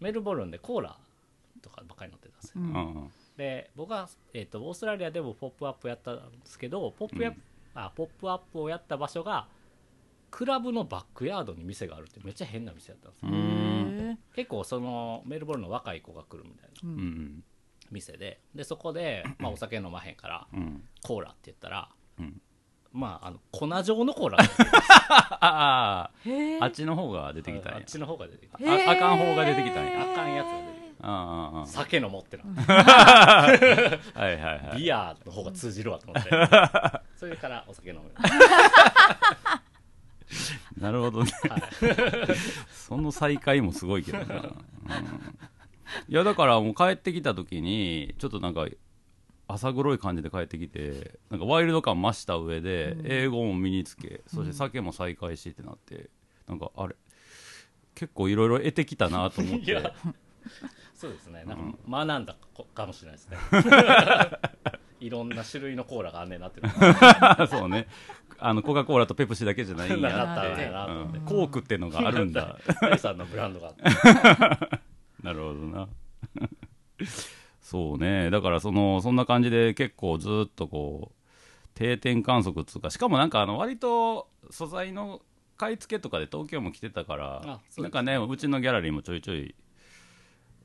Speaker 4: メルボルンでコーラとかばっかり飲んでたんですよ、
Speaker 2: うん
Speaker 3: うんうん
Speaker 4: で僕は、えー、とオーストラリアでもポップアップやったんですけどポップアップ、あポップアップをやった場所がクラブのバックヤードに店があるってめっちゃ変な店だったんですよ、
Speaker 3: うーん
Speaker 2: へー
Speaker 4: 結構そのメルボルンの若い子が来るみたいな
Speaker 2: うん
Speaker 3: うん
Speaker 4: 店ででそこで、まあ、お酒飲まへんから
Speaker 3: うん
Speaker 4: コーラって言ったら、
Speaker 3: うん
Speaker 4: まああの粉状のコーラが出て
Speaker 3: ああ
Speaker 2: へー
Speaker 3: あっちの方が出てき
Speaker 4: き
Speaker 3: たん
Speaker 4: たあ
Speaker 3: や
Speaker 4: っちの方が出てきた
Speaker 3: ああかん方が出てきたんや
Speaker 4: あかんやつが出てき
Speaker 3: ああああ
Speaker 4: た酒の持ってな
Speaker 3: あはいはいはい
Speaker 4: ビアの方が通じるわと思って それからお酒飲むように
Speaker 3: なるほどね、その再会もすごいけどな、うんいやだからもう帰ってきた時にちょっとなんか朝黒い感じで帰ってきてなんかワイルド感増した上で、英語も身につけそして酒も再開しってなって、なんかあれ結構いろいろ得てきたなと思っ
Speaker 4: いや
Speaker 3: て
Speaker 4: そうですねなんか学んだこかもしれな いですねいろんな種類のコーラがあんねんなっていうのが
Speaker 3: そうねあのコカ・コーラとペプシだけじゃないん
Speaker 4: な
Speaker 3: やっ
Speaker 4: かった
Speaker 3: て
Speaker 4: んだなと思って
Speaker 3: うんコークってのがあるんだ
Speaker 4: 第三のブランドがあって
Speaker 3: なるほどな そうねだからそのそんな感じで結構ずっとこう定点観測っつうかしかもなんかあの割と素材の買い付けとかで東京も来てたから
Speaker 4: あそう
Speaker 3: なん
Speaker 4: です
Speaker 3: かねうちのギャラリーもちょいちょい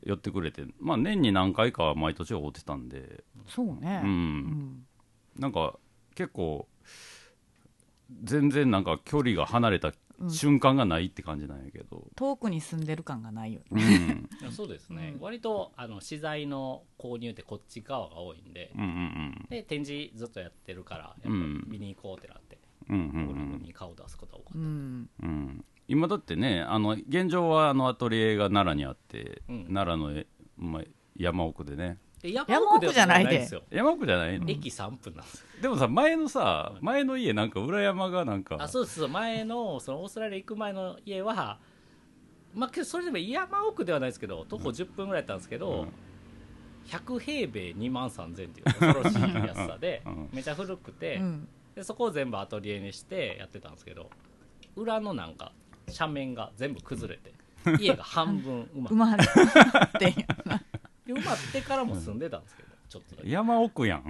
Speaker 3: 寄ってくれてまあ年に何回かは毎年追ってたんで
Speaker 2: そうね、
Speaker 3: うん
Speaker 2: ん
Speaker 3: なんか結構全然なんか距離が離れた瞬間がないって感じなんやけど、
Speaker 2: 遠くに住んでる感がないよね、
Speaker 3: うん、
Speaker 4: いやそうですね、
Speaker 2: うん
Speaker 4: 割とあの資材の購入ってこっち側が多いんで、
Speaker 3: うんうん
Speaker 4: で展示ずっとやってるからやっぱ
Speaker 3: うん
Speaker 4: 見に行こうってなって、
Speaker 3: うんうんうん
Speaker 4: ゴ
Speaker 3: う
Speaker 4: ルフ
Speaker 3: ん
Speaker 4: に顔を出すことが多かっ
Speaker 2: うん、
Speaker 3: うん、今だってねあの現状はあのアトリエが奈良にあって、
Speaker 4: うん
Speaker 3: 奈良のえ、まあ、山奥でね
Speaker 4: た、で
Speaker 2: 山奥じゃないで
Speaker 4: 山んですよ、
Speaker 3: 山奥じゃないの、
Speaker 4: 駅3分なんですよ、
Speaker 3: でもさ前のさ前の家なんか裏山がなんか
Speaker 4: あそうですそう前のそのオーストラリア行く前の家はまあけどそれでも山奥ではないですけど徒歩10分ぐらいだったんですけど、
Speaker 3: うん
Speaker 4: 100平米2万3000っていう恐ろしい安さで
Speaker 3: うん
Speaker 4: めちゃ古くて、
Speaker 2: うん
Speaker 4: でそこを全部アトリエにしてやってたんですけど裏のなんか斜面が全部崩れて家が半分埋ま
Speaker 2: うま
Speaker 4: っ
Speaker 2: ってんやな
Speaker 4: て埋まってからも住んでたんですけどちょっとだけ
Speaker 3: 山奥 やん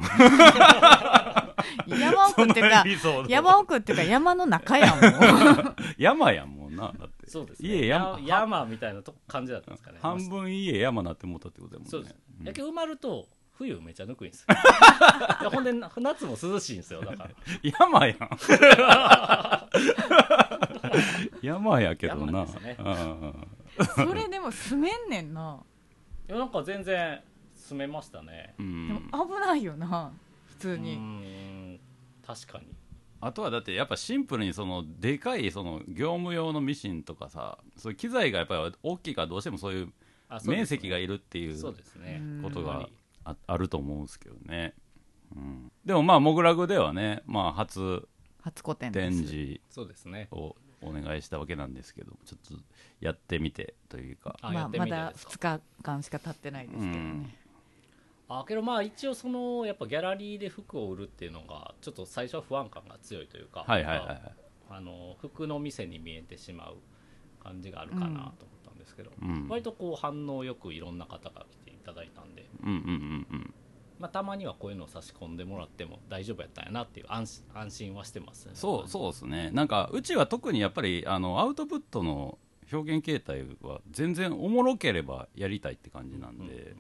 Speaker 2: 山奥っていう
Speaker 3: そんな
Speaker 2: か
Speaker 3: エピソード
Speaker 2: 山奥っていうか山の中やんも う
Speaker 3: 山やんもんなだって
Speaker 4: そうです
Speaker 3: 家
Speaker 4: ね
Speaker 3: 山
Speaker 4: や山みたいなとこ感じだったんですかね
Speaker 3: 半分家山なって思ったってことやもんね
Speaker 4: そうです、
Speaker 3: うん
Speaker 4: やけど埋まると冬めちゃぬくいんです よいやほんで夏も涼しいんですよだから
Speaker 3: 山 やん山やけど
Speaker 4: 山
Speaker 3: な、
Speaker 4: ですね
Speaker 3: うんうん
Speaker 2: それでも住めんねんない
Speaker 4: やなんか全然住めましたね
Speaker 3: う
Speaker 2: でも
Speaker 3: ん、
Speaker 2: 危ないよな普
Speaker 4: う
Speaker 2: 通
Speaker 4: ー
Speaker 2: に
Speaker 4: ん確かに
Speaker 3: あとはだってやっぱシンプルにそのでかいその業務用のミシンとかさそういう機材がやっぱり大きいからどうしてもそういう
Speaker 4: あそうですね
Speaker 3: 面積がいるっていう
Speaker 4: そうですね
Speaker 2: うん
Speaker 3: こと
Speaker 4: やっ
Speaker 3: が
Speaker 4: ぱり
Speaker 3: ああると思うんですけどね、うん、でもまあモグラグではね、まあ、初
Speaker 2: 初個展で
Speaker 3: 展
Speaker 2: す
Speaker 3: 示
Speaker 4: そうですね
Speaker 3: をお願いしたわけなんですけどちょっとやってみてというか
Speaker 4: あ
Speaker 2: ま
Speaker 4: や
Speaker 2: あ、
Speaker 4: って
Speaker 2: ま
Speaker 4: みて
Speaker 2: だ
Speaker 4: ですか
Speaker 2: 2日間しか経ってないですけどね、
Speaker 4: あけどまあ一応そのやっぱギャラリーで服を売るっていうのがちょっと最初は不安感が強いというか、
Speaker 3: はいはいはい
Speaker 4: なんかあの服の店に見えてしまう感じがあるかなと思ったんですけど、
Speaker 3: うん
Speaker 4: 割とこう反応よくいろんな方が来ていただいたんで、
Speaker 3: うんうんうんうん
Speaker 4: まあ、たまにはこういうのを差し込んでもらっても大丈夫やったんやなっていう安心安心はしてますね
Speaker 3: そうそうですねなんかうちは特にやっぱりあのアウトプットの表現形態は全然おもろければやりたいって感じなんで、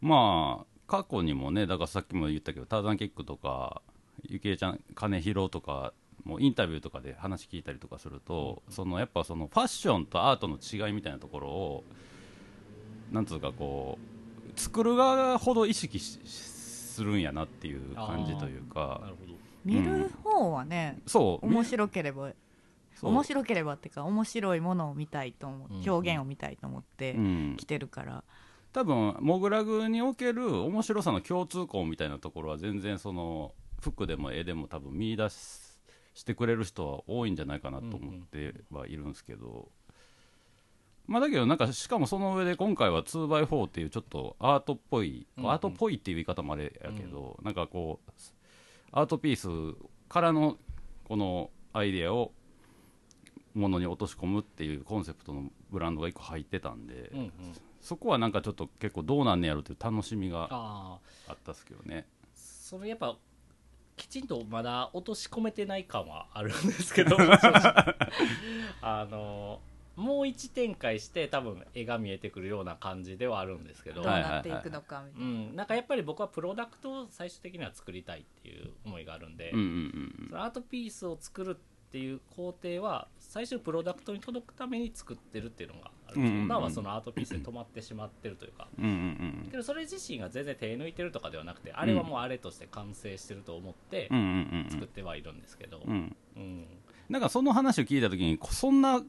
Speaker 3: まあ過去にもねだからさっきも言ったけどターザンキックとかゆきえちゃん金広とかもうインタビューとかで話聞いたりとかすると、そのやっぱそのファッションとアートの違いみたいなところをなんつうかこう作る側ほど意識しするんやなっていう感じというか
Speaker 4: なるほど
Speaker 2: 見る方はね
Speaker 3: そう
Speaker 2: 面白ければ
Speaker 3: そう
Speaker 2: 面白ければっていうか面白いものを見たいと思
Speaker 4: うんう
Speaker 2: うん表現を見たいと思って
Speaker 3: うん
Speaker 2: 来てるから、
Speaker 3: 多分モグラグにおける面白さの共通項みたいなところは全然その服でも絵でも多分見出ししてくれる人は多いんじゃないかなと思ってはいるんですけど、まあだけどなんかしかもその上で今回は 2x4 っていうちょっとアートっぽい、
Speaker 4: うんうん
Speaker 3: アートっぽいっていう言い方もあれやけど、なんかこうアートピースからのこのアイデアをものに落とし込むっていうコンセプトのブランドが1個入ってたんで、
Speaker 4: うんうん
Speaker 3: そこはなんかちょっと結構どうなんねやろっていう楽しみが
Speaker 4: ああ
Speaker 3: あったっすけどね。
Speaker 4: それやっぱきちんとまだ落とし込めてない感はあるんで すけど正直あのもう一展開して多分絵が見えてくるような感じではあるんですけど、
Speaker 2: どう
Speaker 3: はい
Speaker 2: なっていくのかみたいな、
Speaker 4: うん、なんかやっぱり僕はプロダクトを最終的には作りたいっていう思いがあるんで、
Speaker 3: うんうんうん
Speaker 4: そのアートピースを作るっていう工程は最終プロダクトに届くために作ってるっていうのがあるん
Speaker 3: うん
Speaker 4: です
Speaker 3: うん
Speaker 4: よ
Speaker 3: うん
Speaker 4: 普段はそのアートピースで止まってしまってるというか
Speaker 3: うんうんうん
Speaker 4: けどそれ自身が全然手抜いてるとかではなくてあれはもうあれとして完成してると思って
Speaker 3: うんうん
Speaker 4: 作ってはいるんですけど、
Speaker 3: うんうん
Speaker 4: うん
Speaker 3: なんかその話を聞いた時にこそんな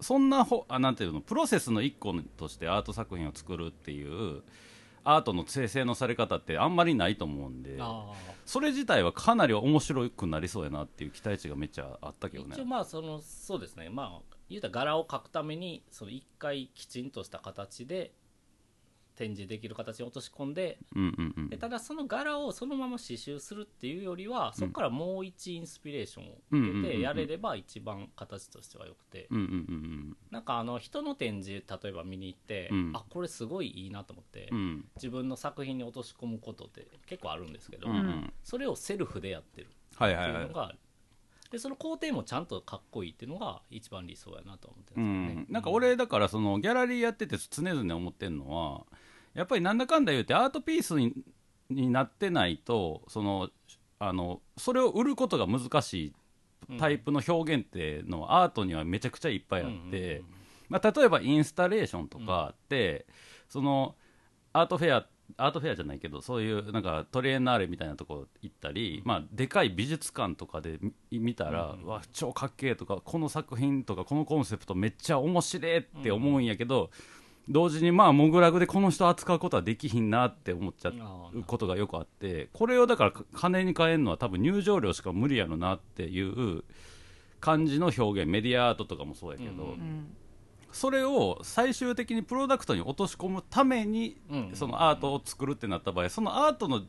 Speaker 3: そんなほあなんていうのプロセスの一個としてアート作品を作るっていうアートの生成のされ方ってあんまりないと思うんで
Speaker 4: ああ
Speaker 3: それ自体はかなり面白くなりそうやなっていう期待値がめっちゃあったけどね
Speaker 4: 一応まあそのそうですねまあ言うたら柄を描くためにその一回きちんとした形で展示できる形に落とし込んで
Speaker 3: うんうんうん
Speaker 4: でただその柄をそのまま刺繍するっていうよりはそこからもう一インスピレーションを
Speaker 3: うんうん
Speaker 4: 受
Speaker 3: うん
Speaker 4: け
Speaker 3: うん
Speaker 4: てやれれば一番形としては良くて
Speaker 3: うんうんうん
Speaker 4: なんかあの人の展示例えば見に行って
Speaker 3: うん
Speaker 4: あこれすごいいいなと思って
Speaker 3: うんうん
Speaker 4: 自分の作品に落とし込むことって結構あるんですけど
Speaker 3: うんうん
Speaker 4: それをセルフでやってる
Speaker 3: はい
Speaker 4: っ
Speaker 3: はい
Speaker 4: ていう
Speaker 3: は
Speaker 4: の
Speaker 3: い
Speaker 4: が、でその工程もちゃんとかっこいいっていうのが一番理想やなと思って
Speaker 3: う
Speaker 4: るんですよ
Speaker 3: ん
Speaker 4: ね、
Speaker 3: なんか俺だからそのギャラリーやってて常々思ってるのはやっぱりなんだかんだ言うてアートピースにになってないとそのあのそれを売ることが難しいタイプの表現っていうのはアートにはめちゃくちゃいっぱいあって、
Speaker 4: うんうん
Speaker 3: まあ、例えばインスタレーションとかって、そのアートフェアアートフェアじゃないけどそういうなんかトレーナーレみたいなとこ行ったり、まあ、でかい美術館とかで見見たら、
Speaker 4: うん
Speaker 3: うわ超かっけえとかこの作品とかこのコンセプトめっちゃ面白えって思うんやけど、同時にまあモグラグでこの人扱うことはできひんなって思っちゃうことがよくあってこれをだから金に変えるのは多分入場料しか無理やろなっていう感じの表現メディアアートとかもそうやけど、
Speaker 4: うんうん
Speaker 2: うん
Speaker 3: それを最終的にプロダクトに落とし込むために
Speaker 4: うん
Speaker 3: そのアートを作るってなった場合そのアートの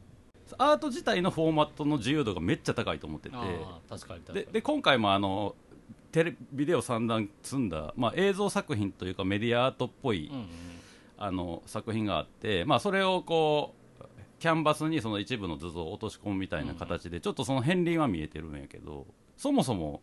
Speaker 3: アート自体のフォーマットの自由度がめっちゃ高いと思ってて
Speaker 4: ああ確かに確か
Speaker 3: で
Speaker 4: に
Speaker 3: で今回もあのテレビデオ三段積んだ、まあ、映像作品というかメディアアートっぽい、
Speaker 4: うんうん
Speaker 3: あの作品があって、まあ、それをこうキャンバスにその一部の図像を落とし込むみたいな形で、ちょっとその片鱗は見えてるんやけどそもそも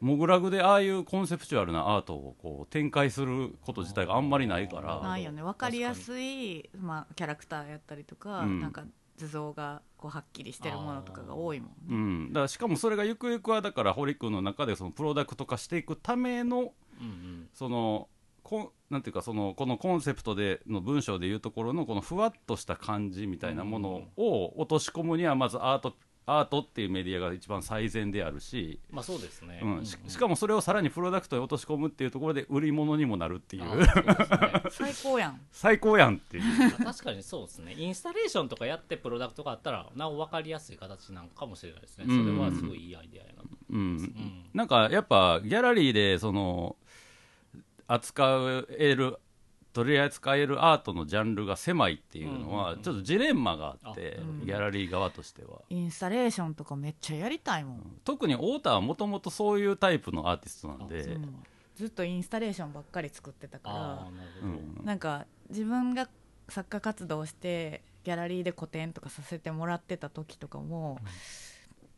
Speaker 3: モグラグでああいうコンセプチュアルなアートをこう展開すること自体があんまりないか
Speaker 4: あー
Speaker 3: ら
Speaker 2: ないよね分かりやすい、まあ、キャラクターやったりとか、
Speaker 3: うん
Speaker 2: なんか図像がこうはっきりしてるものとかが多いもんね、
Speaker 3: うん、だからしかもそれがゆくゆくはだからホリ君の中でそのプロダクト化していくための
Speaker 4: うんうん
Speaker 3: そのこんなんていうかそのこのコンセプトでの文章でいうところのこのふわっとした感じみたいなものを落とし込むにはまずアートアートっていうメディアが一番最善であるし、
Speaker 4: まあそうですね、
Speaker 3: うん、ししかもそれをさらにプロダクトに落とし込むっていうところで売り物にもなる ってい
Speaker 4: あ
Speaker 3: う
Speaker 4: ーそうです
Speaker 2: 最
Speaker 4: ね
Speaker 2: 高やん
Speaker 3: 最高やん っていう
Speaker 4: あ確かにそうですねインスタレーションとかやってプロダクトがあったらなお分かりやすい形なのかもしれないですねそれはすごいいいアイデアやなと、
Speaker 3: うん
Speaker 4: う、ん
Speaker 3: なんかやっぱギャラリーでその扱える取り扱えるアートのジャンルが狭いっていうの
Speaker 4: うん
Speaker 3: は
Speaker 4: うんうん
Speaker 3: ちょっとジレンマがあって、
Speaker 4: あ
Speaker 2: うん
Speaker 3: ギャラリー側としては。
Speaker 2: インスタレーションとかめっちゃやりたいもん、
Speaker 3: 特に太田はもともとそういうタイプのアーティストなん
Speaker 2: う
Speaker 3: で
Speaker 2: んずっとインスタレーションばっかり作ってた
Speaker 4: あ
Speaker 2: か
Speaker 4: あなる
Speaker 3: う
Speaker 4: ほど、
Speaker 3: ん
Speaker 2: らなんか自分が作家活動してギャラリーで個展とかさせてもらってた時とかも、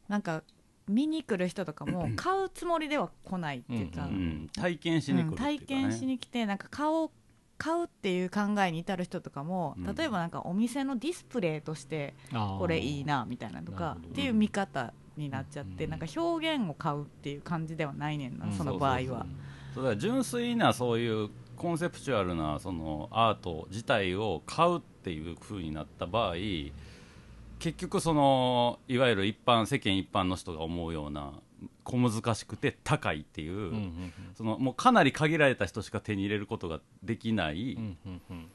Speaker 2: なんか見に来る人とかも買うつもりでは来ないっていうか、
Speaker 4: うん
Speaker 3: うん体験しに来る
Speaker 2: うん
Speaker 3: っていうかね
Speaker 2: 体験しに来てなんか顔を買うっていう考えに至る人とかも、
Speaker 3: うん
Speaker 2: 例えばなんかお店のディスプレイとしてこれいいなみたいなと
Speaker 4: なる
Speaker 2: か
Speaker 4: ほど
Speaker 2: っていう見方になっちゃって、
Speaker 4: うん
Speaker 2: なんか表現を買うっていう感じではないねんな、
Speaker 3: うん
Speaker 2: その場合は
Speaker 3: そうそうそうそうだから純粋なそういうコンセプチュアルなそのアート自体を買うっていう風になった場合結局そのいわゆる一般世間一般の人が思うような小難しくて高いっていう、
Speaker 4: うんうん
Speaker 3: そのもうかなり限られた人しか手に入れることができない、
Speaker 4: うんうんうんうん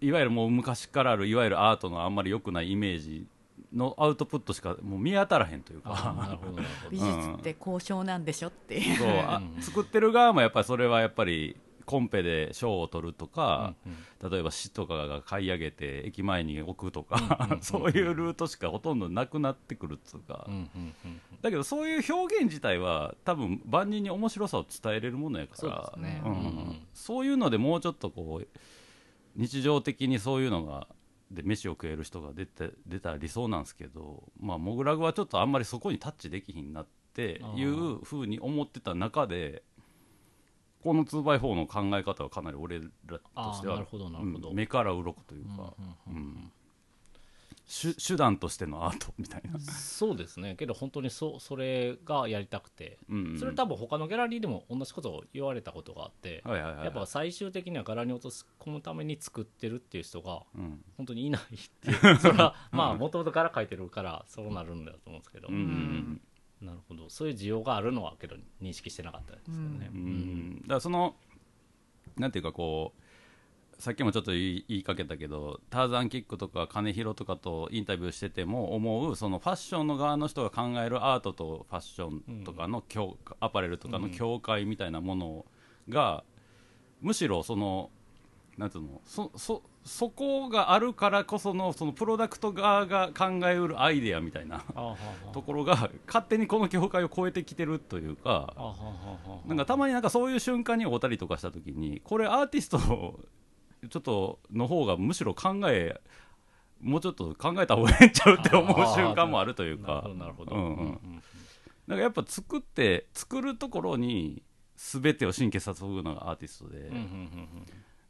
Speaker 3: いわゆるもう昔からあるいわゆるアートのあんまり良くないイメージのアウトプットしかもう見当たらへんという
Speaker 4: ああなる
Speaker 3: か
Speaker 4: ほどなるほど
Speaker 2: 美術って交渉なんでしょっていう、
Speaker 3: そうあ作ってる側もやっぱりそれはやっぱりコンペで賞を取るとか、例えば市とかが買い上げて駅前に置くと
Speaker 4: うんうんうん
Speaker 3: か
Speaker 4: うん
Speaker 3: そういうルートしかほとんどなくなってくるっつうか、
Speaker 4: うんうんうんうん
Speaker 3: だけどそういう表現自体は多分万人に面白さを伝えれるものやから
Speaker 4: そうですね
Speaker 3: ん
Speaker 4: うん
Speaker 3: そういうのでもうちょっとこう日常的にそういうのがで飯を食える人が出て出たら理想なんですけど、まあ、モグラグはちょっとあんまりそこにタッチできひんなっていうふうに思ってた中でこの 2x4 の考え方はかなり俺らとして
Speaker 4: あーな
Speaker 3: は
Speaker 4: るほどなるほど
Speaker 3: うん目から鱗という
Speaker 4: うん
Speaker 3: か、
Speaker 4: うんう
Speaker 3: う
Speaker 4: ん
Speaker 3: ん手手段としてのアートみたいな。
Speaker 4: そうですねけど本当にそそれがやりたくて
Speaker 3: うんうん
Speaker 4: それ多分他のギャラリーでも同じことを言われたことがあって
Speaker 3: はいはいはいはい
Speaker 4: やっぱ最終的には柄に落とし込むために作ってるっていう人が
Speaker 3: うん
Speaker 4: 本当にいないって いうそれはまあもともと柄描いてるからそうなるんだと思うんですけど、
Speaker 3: うんうん
Speaker 4: なるほどそういう需要があるのはけど認識してなかったですよね、
Speaker 3: うんうんだからそのなんていうかこうさっきもちょっと言い言いかけたけどターザンキックとか金広とかとインタビューしてても思うそのファッションの側の人が考えるアートとファッションとかの境、アパレルとかの境界みたいなものが、むしろそのなんつうのそそそこがあるからこそのそのプロダクト側が考えうるアイデアみたいな
Speaker 4: あはは
Speaker 3: ところが勝手にこの境界を超えてきてるというか
Speaker 4: あはは
Speaker 3: なんかたまになんかそういう瞬間におたりとかした時にこれアーティストちょっとの方がむしろ考えもうちょっと考えた方がいいんちゃうって思う
Speaker 4: あー
Speaker 3: 瞬間もあるという
Speaker 4: な
Speaker 3: か
Speaker 4: るほどなるほど、
Speaker 3: うんうん
Speaker 4: うん
Speaker 3: なんかやっぱ作って作るところに全てを神経注ぐのがアーティストで、
Speaker 4: うんうんうんうん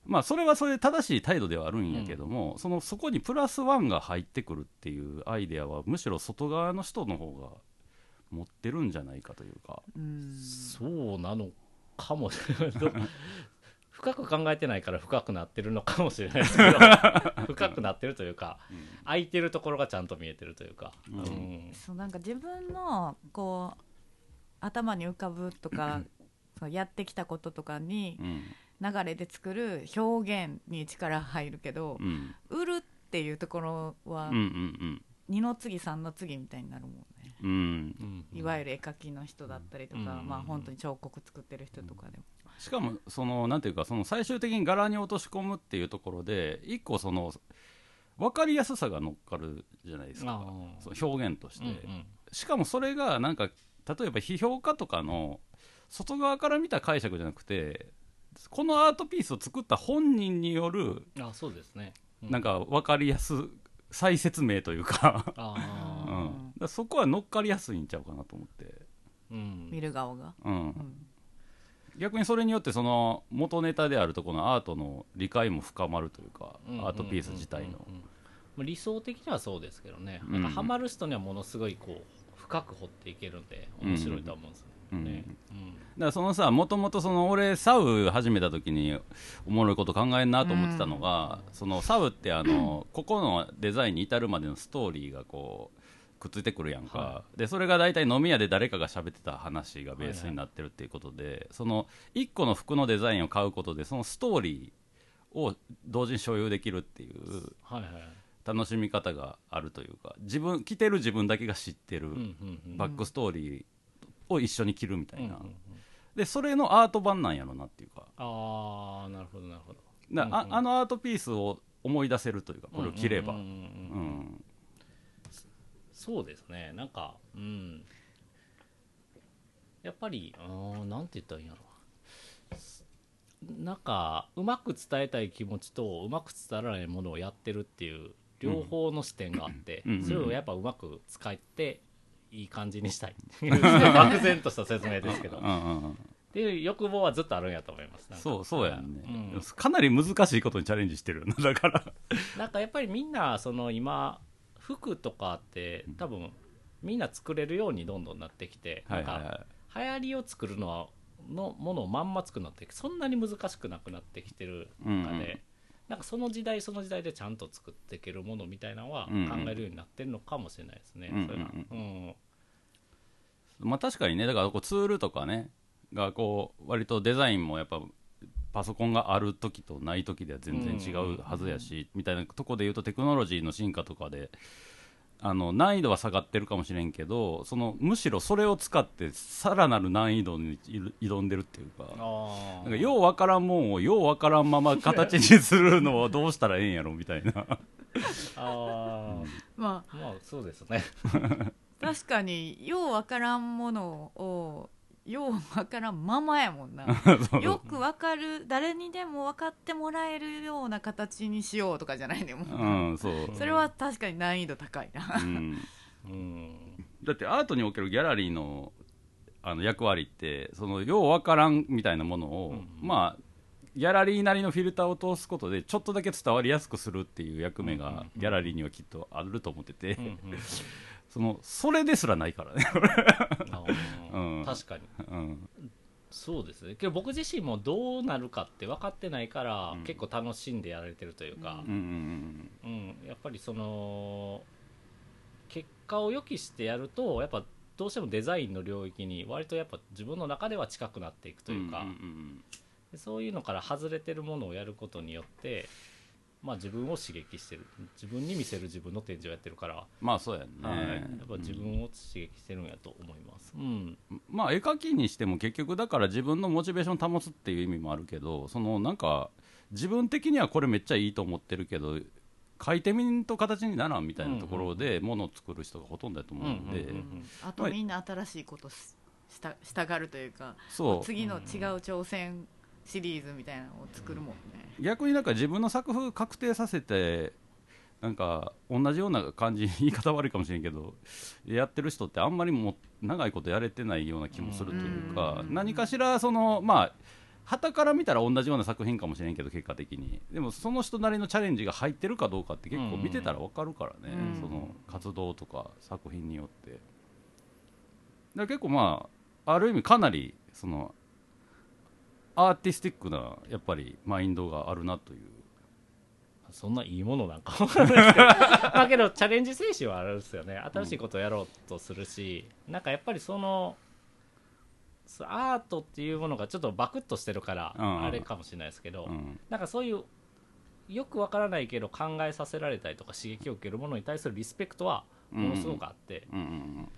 Speaker 3: まあそれはそれで正しい態度ではあるんやけども、そのそこにプラスワンが入ってくるっていうアイデアはむしろ外側の人の方が持ってるんじゃないかというか。
Speaker 2: うん
Speaker 4: そうなのかもしれない ど深く考えてないから深くなってるのかもしれないですけど深くなってるというか、空いてるところがちゃんと見えてるというか、
Speaker 3: うん
Speaker 4: うん
Speaker 2: そうなんか自分のこう頭に浮かぶとかそのやってきたこととかに
Speaker 3: うん
Speaker 2: 流れで作る表現に力入るけど
Speaker 3: う、ん
Speaker 2: 売るっていうところは
Speaker 3: うんうん
Speaker 2: 二の次三の次みたいになるもんね、
Speaker 3: うんうん
Speaker 2: いわゆ
Speaker 4: る
Speaker 2: る絵描きの人だったりと
Speaker 4: うん
Speaker 2: か、
Speaker 4: うん
Speaker 2: まあ本当に彫刻作ってる人とかでも、
Speaker 3: しかもそのなんていうかその最終的に柄に落とし込むっていうところで一個その分かりやすさが乗っかるじゃないですかその表現として、しかもそれがなんか例えば批評家とかの外側から見た解釈じゃなくてこのアートピースを作った本人による
Speaker 4: あそうですね、う、
Speaker 3: なんか分かりやす再説明というか,
Speaker 4: あ
Speaker 3: うん、
Speaker 2: う
Speaker 3: だ
Speaker 2: ん
Speaker 3: からそこは乗っかりやすいんちゃうかなと思って。
Speaker 4: ーうん
Speaker 2: 見る顔が、
Speaker 3: うん
Speaker 2: うん
Speaker 3: 逆にそれによってその元ネタであるとこのアートの理解も深まるというか
Speaker 4: うん
Speaker 3: アートピース自体
Speaker 4: うん
Speaker 3: の
Speaker 4: うんうんまあ理想的にはそうですけどね、
Speaker 3: うん
Speaker 4: なんかハマる人にはものすごいこう深く掘っていけるんで面白いとは思うんですよね。
Speaker 3: だからそのさもともとその俺サウ始めた時におもろいこと考えんなと思ってたのが、そのサウってあの ここのデザインに至るまでのストーリーがこうくっついてくるやんか、
Speaker 4: は
Speaker 3: でそれが大体飲み屋で誰かが喋ってた話がベースになってるっていうことで、その1個の服のデザインを買うことでそのストーリーを同時に所有できるっていう
Speaker 4: はいはい
Speaker 3: 楽しみ方があるというか自分着てる自分だけが知ってる
Speaker 4: うんうんうん
Speaker 3: バックストーリーを一緒に着るみたいな、
Speaker 4: うんうんうん
Speaker 3: でそれのアート版なんやろなっていうか
Speaker 4: ああなるほどなるほど
Speaker 3: なあ
Speaker 4: うんうん
Speaker 3: あのアートピースを思い出せるというかこれを着れば
Speaker 4: うんうんう
Speaker 3: う
Speaker 4: んうん
Speaker 3: ん
Speaker 4: そうですねなんかうんやっぱりうんなんて言ったらいいんやろなんかうまく伝えたい気持ちとうまく伝わらないものをやってるっていう両方の視点があって、
Speaker 3: うんうん
Speaker 4: それをやっぱうまく使っていい感じにしたいっていう 漠然とした説明ですけど
Speaker 3: う
Speaker 4: っ
Speaker 3: んうんうん
Speaker 4: ていう欲望はずっとあるんやと思いますなんか
Speaker 3: そうそうやんね、
Speaker 4: うん
Speaker 3: かなり難しいことにチャレンジしてるよなだから
Speaker 4: なんかやっぱりみんなその今服とかって多分みんな作れるようにどんどんなってきて
Speaker 3: は
Speaker 4: ないん
Speaker 3: はい
Speaker 4: か
Speaker 3: は
Speaker 4: 流行りを作るのはのものをまんま作るのってそんなに難しくなくなってきてる中
Speaker 3: うんうん
Speaker 4: でなんかその時代その時代でちゃんと作っていけるものみたいなのは考
Speaker 3: うんうん
Speaker 4: えるようになってるのかもしれないですね
Speaker 3: うんうん
Speaker 4: それが
Speaker 3: う
Speaker 4: うん
Speaker 3: いまあ確かにねだからこうツールとかねがこう割とデザインもやっぱパソコンがある時とない時では全然違うはずやし、みたいなとこで言うとテクノロジーの進化とかであの難易度は下がってるかもしれんけどそのむしろそれを使ってさらなる難易度にいる挑んでるっていうか
Speaker 4: あ
Speaker 3: なんか
Speaker 4: ー
Speaker 3: ようわからんもんをようわからんまま形にするのはどうしたらええんやろみたいな
Speaker 4: あ
Speaker 2: まあ
Speaker 4: ーまあそうですね
Speaker 2: 確かにようわからんものをようわからんままやもん なよくわかる誰にでも分かってもらえるような形にしようとかじゃないねもう
Speaker 3: うんそう、
Speaker 2: それは確かに難易度高いな
Speaker 3: うん
Speaker 4: うん
Speaker 3: だってアートにおけるギャラリーのあの役割ってそのようわからんみたいなものを、
Speaker 4: うんうん
Speaker 3: まあギャラリーなりのフィルターを通すことでちょっとだけ伝わりやすくするっていう役目
Speaker 4: うんうんう
Speaker 3: が
Speaker 4: ん
Speaker 3: ギャラリーにはきっとあると思ってて、
Speaker 4: うんうん
Speaker 3: そのそれですらないからね、
Speaker 4: あー
Speaker 3: うん
Speaker 4: 確かに
Speaker 3: うん
Speaker 4: そうですねけど僕自身もどうなるかって分かってないから、
Speaker 3: うん
Speaker 4: 結構楽しんでやられてるというか
Speaker 3: うんう、ん
Speaker 4: うんやっぱりその結果を予期してやるとやっぱどうしてもデザインの領域に割とやっぱ自分の中では近くなっていくというか、
Speaker 3: うんうん
Speaker 4: でそういうのから外れてるものをやることによってまあ自分を刺激してる自分に見せる自分の展示をやってるから、
Speaker 3: まあそうやんね、
Speaker 4: はい、やっぱ自
Speaker 3: うん
Speaker 4: 分を刺激してるんやと思いますうん、
Speaker 3: まあ絵描きにしても結局だから自分のモチベーション保つっていう意味もあるけどそのなんか自分的にはこれめっちゃいいと思ってるけど描いてみんと形にならんみたいなところでものを作る人がほとんどだと思うんで、
Speaker 4: うんうんうん
Speaker 2: あとみんな新しいことししたしたがるというか
Speaker 3: そう
Speaker 2: 次の違う挑戦シリーズみたいなのを作るもんね、
Speaker 3: 逆になんか自分の作風確定させてなんか同じような感じ言い方悪いかもしれんけどやってる人ってあんまりもう長いことやれてないような気もするというか
Speaker 2: うん
Speaker 3: 何かしらそのまあ旗から見たら同じような作品かもしれんけど結果的にでもその人なりのチャレンジが入ってるかどうかって結構見てたら分かるからね、
Speaker 2: うん
Speaker 3: その活動とか作品によってだから結構まあある意味かなりそのアーティスティックなやっぱりマインドがあるなという
Speaker 4: そんないいものなんか わからないですけどまあけどチャレンジ精神はあるんですよね新しいことをやろうとするし、なんかやっぱりそのそうアートっていうものがちょっとバクッとしてるから、
Speaker 3: うん
Speaker 4: あれかもしれないですけど、
Speaker 3: うん
Speaker 4: なんかそういうよくわからないけど考えさせられたりとか刺激を受けるものに対するリスペクトはものすごくあって、
Speaker 3: うんうん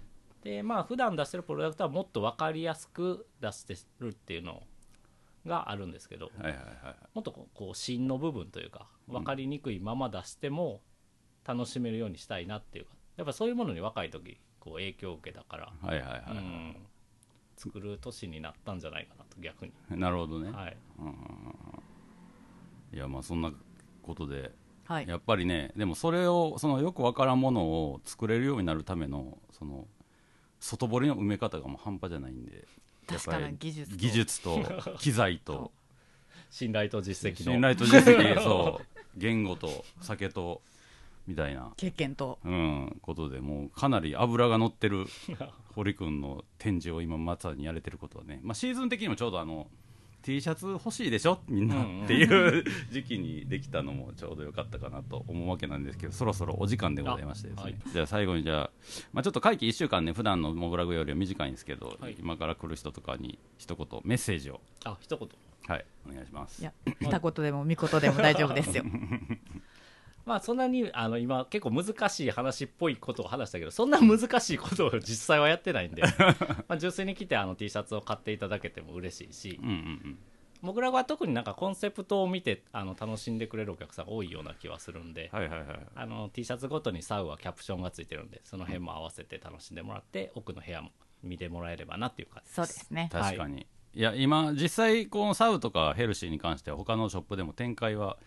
Speaker 4: でまあ普段出してるプロダクトはもっと分かりやすく出してるっていうのがあるんですけど、
Speaker 3: うんはいはいはい
Speaker 4: もっとこうこう芯の部分というか分かりにくいまま出しても楽しめるようにしたいなっていうかやっぱそういうものに若い時こう影響を受けたから、
Speaker 3: はいはいはいは
Speaker 4: うん作る年になったんじゃないかなと逆に、
Speaker 3: いなるほどね、
Speaker 4: はい、
Speaker 3: うんうんうんうんいやまあそんなことで
Speaker 2: はい
Speaker 3: やっぱりねでもそれをそのよくわからんものを作れるようになるためのその外堀の埋め方がもう半端じゃないんで
Speaker 2: 確か
Speaker 3: やっぱ
Speaker 2: な
Speaker 3: り
Speaker 2: 技術と
Speaker 3: 技術と機材と
Speaker 4: 信頼と実績の
Speaker 3: 信頼と実 績そう言語と酒とみたいな、
Speaker 2: 経験と
Speaker 3: うん、ことでもうかなり油が乗って る堀君の展示を今まさにやれてることはね、まあ、シーズン的にもちょうどあの T シャツ欲しいでしょみんな
Speaker 4: うんうん
Speaker 3: っていう 時期にできたのもちょうどよかったかなと思うわけなんですけどそろそろお時間でございましてですね、
Speaker 4: あはい
Speaker 3: じゃあ最後にじゃあ、まあ、ちょっと会期1週間ね普段のモグラグよりは短いんですけど、
Speaker 4: はい
Speaker 3: 今から来る人とかに一言メッセージを、
Speaker 4: あ一言
Speaker 3: はい、お願いします
Speaker 2: い や二言でも三言でも大丈夫ですよ
Speaker 4: まあそんなにあの今結構難しい話っぽいことを話したけどそんな難しいことを実際はやってな いんでまあ純粋に来てあの T シャツを買っていただけても嬉しいし
Speaker 3: うんうん
Speaker 4: 僕らは特になんかコンセプトを見てあの楽しんでくれるお客さんが多いような気はするんで、
Speaker 3: うんはいはいはい
Speaker 4: あの T シャツごとにサウはキャプションがついてるんでその辺も合わせて楽しんでもらって奥の部屋も見てもらえればなっていう感じ
Speaker 2: そうですね
Speaker 3: 確かに、い、や今実際このサウとかヘルシーに関しては他のショップでも展開は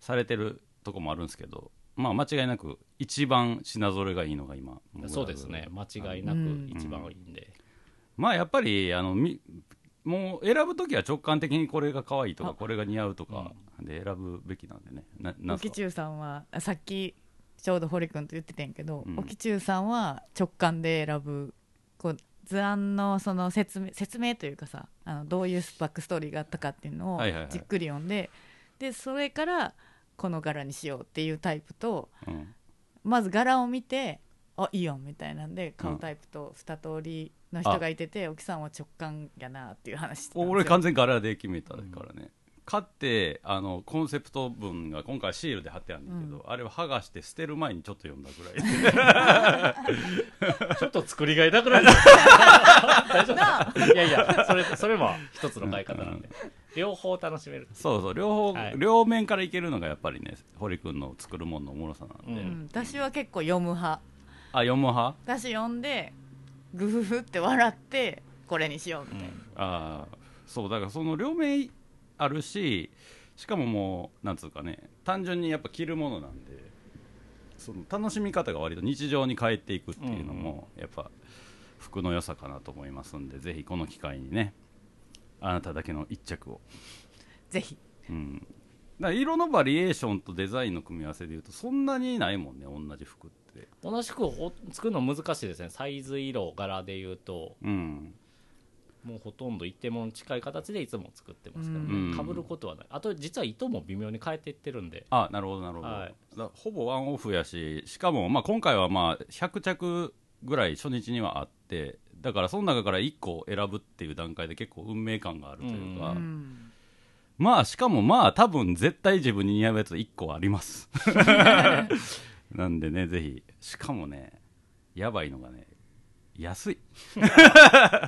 Speaker 3: されてるとこもあるんですけどまあ間違いなく一番品揃えがいいのが今
Speaker 4: そうですね間違いなく
Speaker 2: うん
Speaker 4: 一番いいんで、
Speaker 3: まあやっぱりあのみもう選ぶ時は直感的にこれが可愛いとかこれが似合うとかで選ぶべきなんでねななんす
Speaker 2: 沖
Speaker 3: か
Speaker 2: 中さんはあさっきちょうど堀君と言ってたんやけど、
Speaker 3: うん
Speaker 2: 沖中さんは直感で選ぶこう図案のその説明説明というかさあのどういうバックストーリーがあったかっていうのを
Speaker 3: はいはいはい
Speaker 2: じっくり読んで、でそれからこの柄にしようっていうタイプと
Speaker 3: うん
Speaker 2: まず柄を見てあいいやんみたいなんで買うタイプと2通りの人がいてて、沖さんは直感やなっていう話してたんですよ
Speaker 3: 俺完全に柄で決めたからね、買ってあのコンセプト文が今回シールで貼ってあるんだけど、あれを剥がして捨てる前にちょっと読んだぐらいで
Speaker 4: ちょっと作りがいなくなっちゃう 大丈夫かないやいやそれそれも一つの買い方なんで両方楽しめる
Speaker 3: そうそう両方、
Speaker 4: はい
Speaker 3: 両面からいけるのがやっぱりね堀君の作るもののおもろさなんで、
Speaker 4: う
Speaker 2: うん、私は結構読む派
Speaker 3: あ読む派
Speaker 2: 私読んでグフフって笑ってこれにしようみ
Speaker 4: う
Speaker 2: たいな、
Speaker 4: ん
Speaker 3: ああそうだからその両面あるししかももうなんつうかね単純にやっぱ着るものなんでその楽しみ方が割と日常に変えていくっていうのも、やっぱ服の良さかなと思いますんでぜひこの機会にねあなただけの一着を
Speaker 2: ぜひ
Speaker 3: うんだから色のバリエーションとデザインの組み合わせでいうとそんなにないもんね同じ服って
Speaker 4: 同じくほ作るの難しいですねサイズ色柄で言うと
Speaker 3: うん
Speaker 4: もうほとんど一定ものに近い形でいつも作ってますけど
Speaker 3: うん
Speaker 4: ねかぶることはないあと実は糸も微妙に変えていってるんで
Speaker 3: あなるほどなるほど、
Speaker 4: はい
Speaker 3: だほぼワンオフやししかも、まあ、今回はまあ100着ぐらい初日にはあってだからその中から1個選ぶっていう段階で結構運命感があるというか、
Speaker 4: あ
Speaker 2: うん
Speaker 3: まあしかもまあ多分絶対自分に似合うやつ1個ありますなんでねぜひしかもねやばいのがね安い、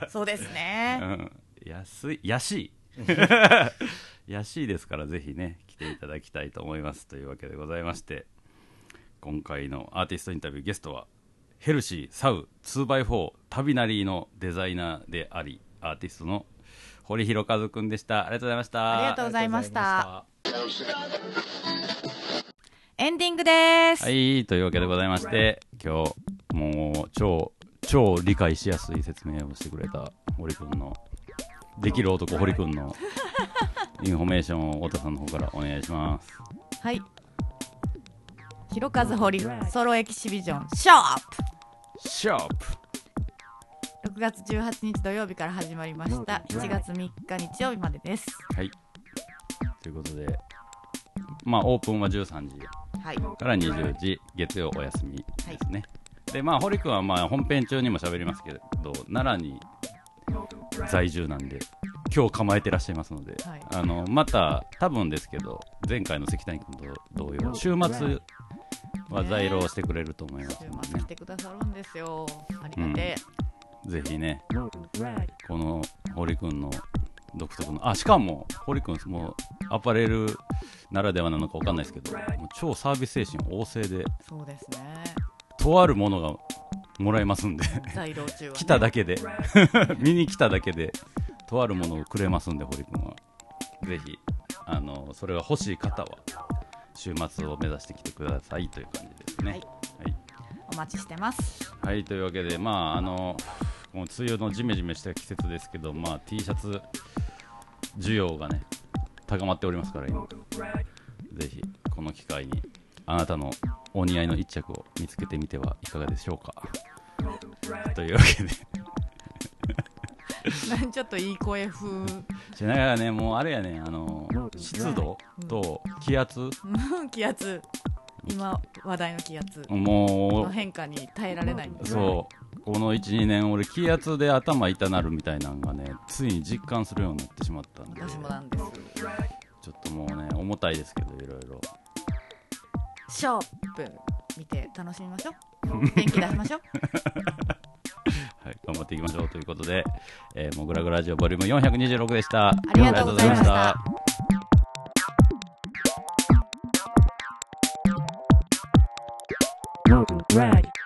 Speaker 2: そうです
Speaker 3: う
Speaker 2: ね。
Speaker 3: ん、安い安い 安いですからぜひね来ていただきたいと思いますというわけでございまして今回のアーティストインタビューゲストはヘルシーサウ 2x4 タビナリーのデザイナーでありアーティストの堀弘和くんでしたありがとうございました
Speaker 2: ありがとうございました
Speaker 4: ありがとうございま
Speaker 2: エンディングです。
Speaker 3: はい、というわけでございまして、今日、もう、超、超理解しやすい説明をしてくれた、堀くんの、できる男、堀くんの、インフォメーションを太田さんの方からお願いします。
Speaker 2: はい。ひろかず堀ソロエキシビジョンショープ
Speaker 3: シャープ
Speaker 2: 6月18日土曜日から始まりました7月3日日曜日までです
Speaker 3: はい。ということで、まあ、オープンは13時
Speaker 2: はい
Speaker 3: から20時、月曜お休みですね。で、まあ、堀くんは、まあ、本編中にも喋りますけど、奈良に在住なんで、今日構えてらっしゃいますので、
Speaker 2: はい
Speaker 3: あのまた、多分ですけど、前回の関谷君と同様、週末は在廊してくれると思いま
Speaker 2: 週
Speaker 3: すので
Speaker 2: 末
Speaker 3: ね
Speaker 2: 来、てくださるんですよありがて
Speaker 3: ぜひね、
Speaker 1: Right.
Speaker 3: この堀君の独特の、あしかも、堀君、もうアパレルならではなのか分かんないですけど、もう超サービス精神旺盛で、
Speaker 2: えそうですね
Speaker 3: とあるものがもらえますんで。
Speaker 2: 在廊中は、ね、
Speaker 3: 来ただ けで見に来ただけでとあるものをくれますんで堀君はぜひあのそれが欲しい方は週末を目指してきてくださいという感じですねはい、
Speaker 2: お待ちしてます
Speaker 3: はいというわけでまああのもう梅雨のジメジメした季節ですけど、まあ、T シャツ需要がね高まっておりますから今ぜひこの機会にあなたのお似合いの一着を見つけてみてはいかがでしょうかというわけで
Speaker 2: なんちょっといい声風
Speaker 3: しながらねもうあれやねあの湿度と気圧、
Speaker 2: うん 気圧今話題の気圧
Speaker 3: も
Speaker 2: の変化に耐えられないんで
Speaker 3: う
Speaker 2: す
Speaker 3: そうこの12年俺気圧で頭痛なるみたいなのがねついに実感するようになってしまったんで
Speaker 2: 私もなんです
Speaker 3: ちょっともうね重たいですけどいろいろ
Speaker 2: ショップ見て楽しみましょう元気出しましょう
Speaker 3: はい、頑張っていきましょうということで「えー、もぐらぐラジオボリューム426でしたあ
Speaker 2: りがとうございました
Speaker 3: りがとうございま
Speaker 1: ご o d r i g h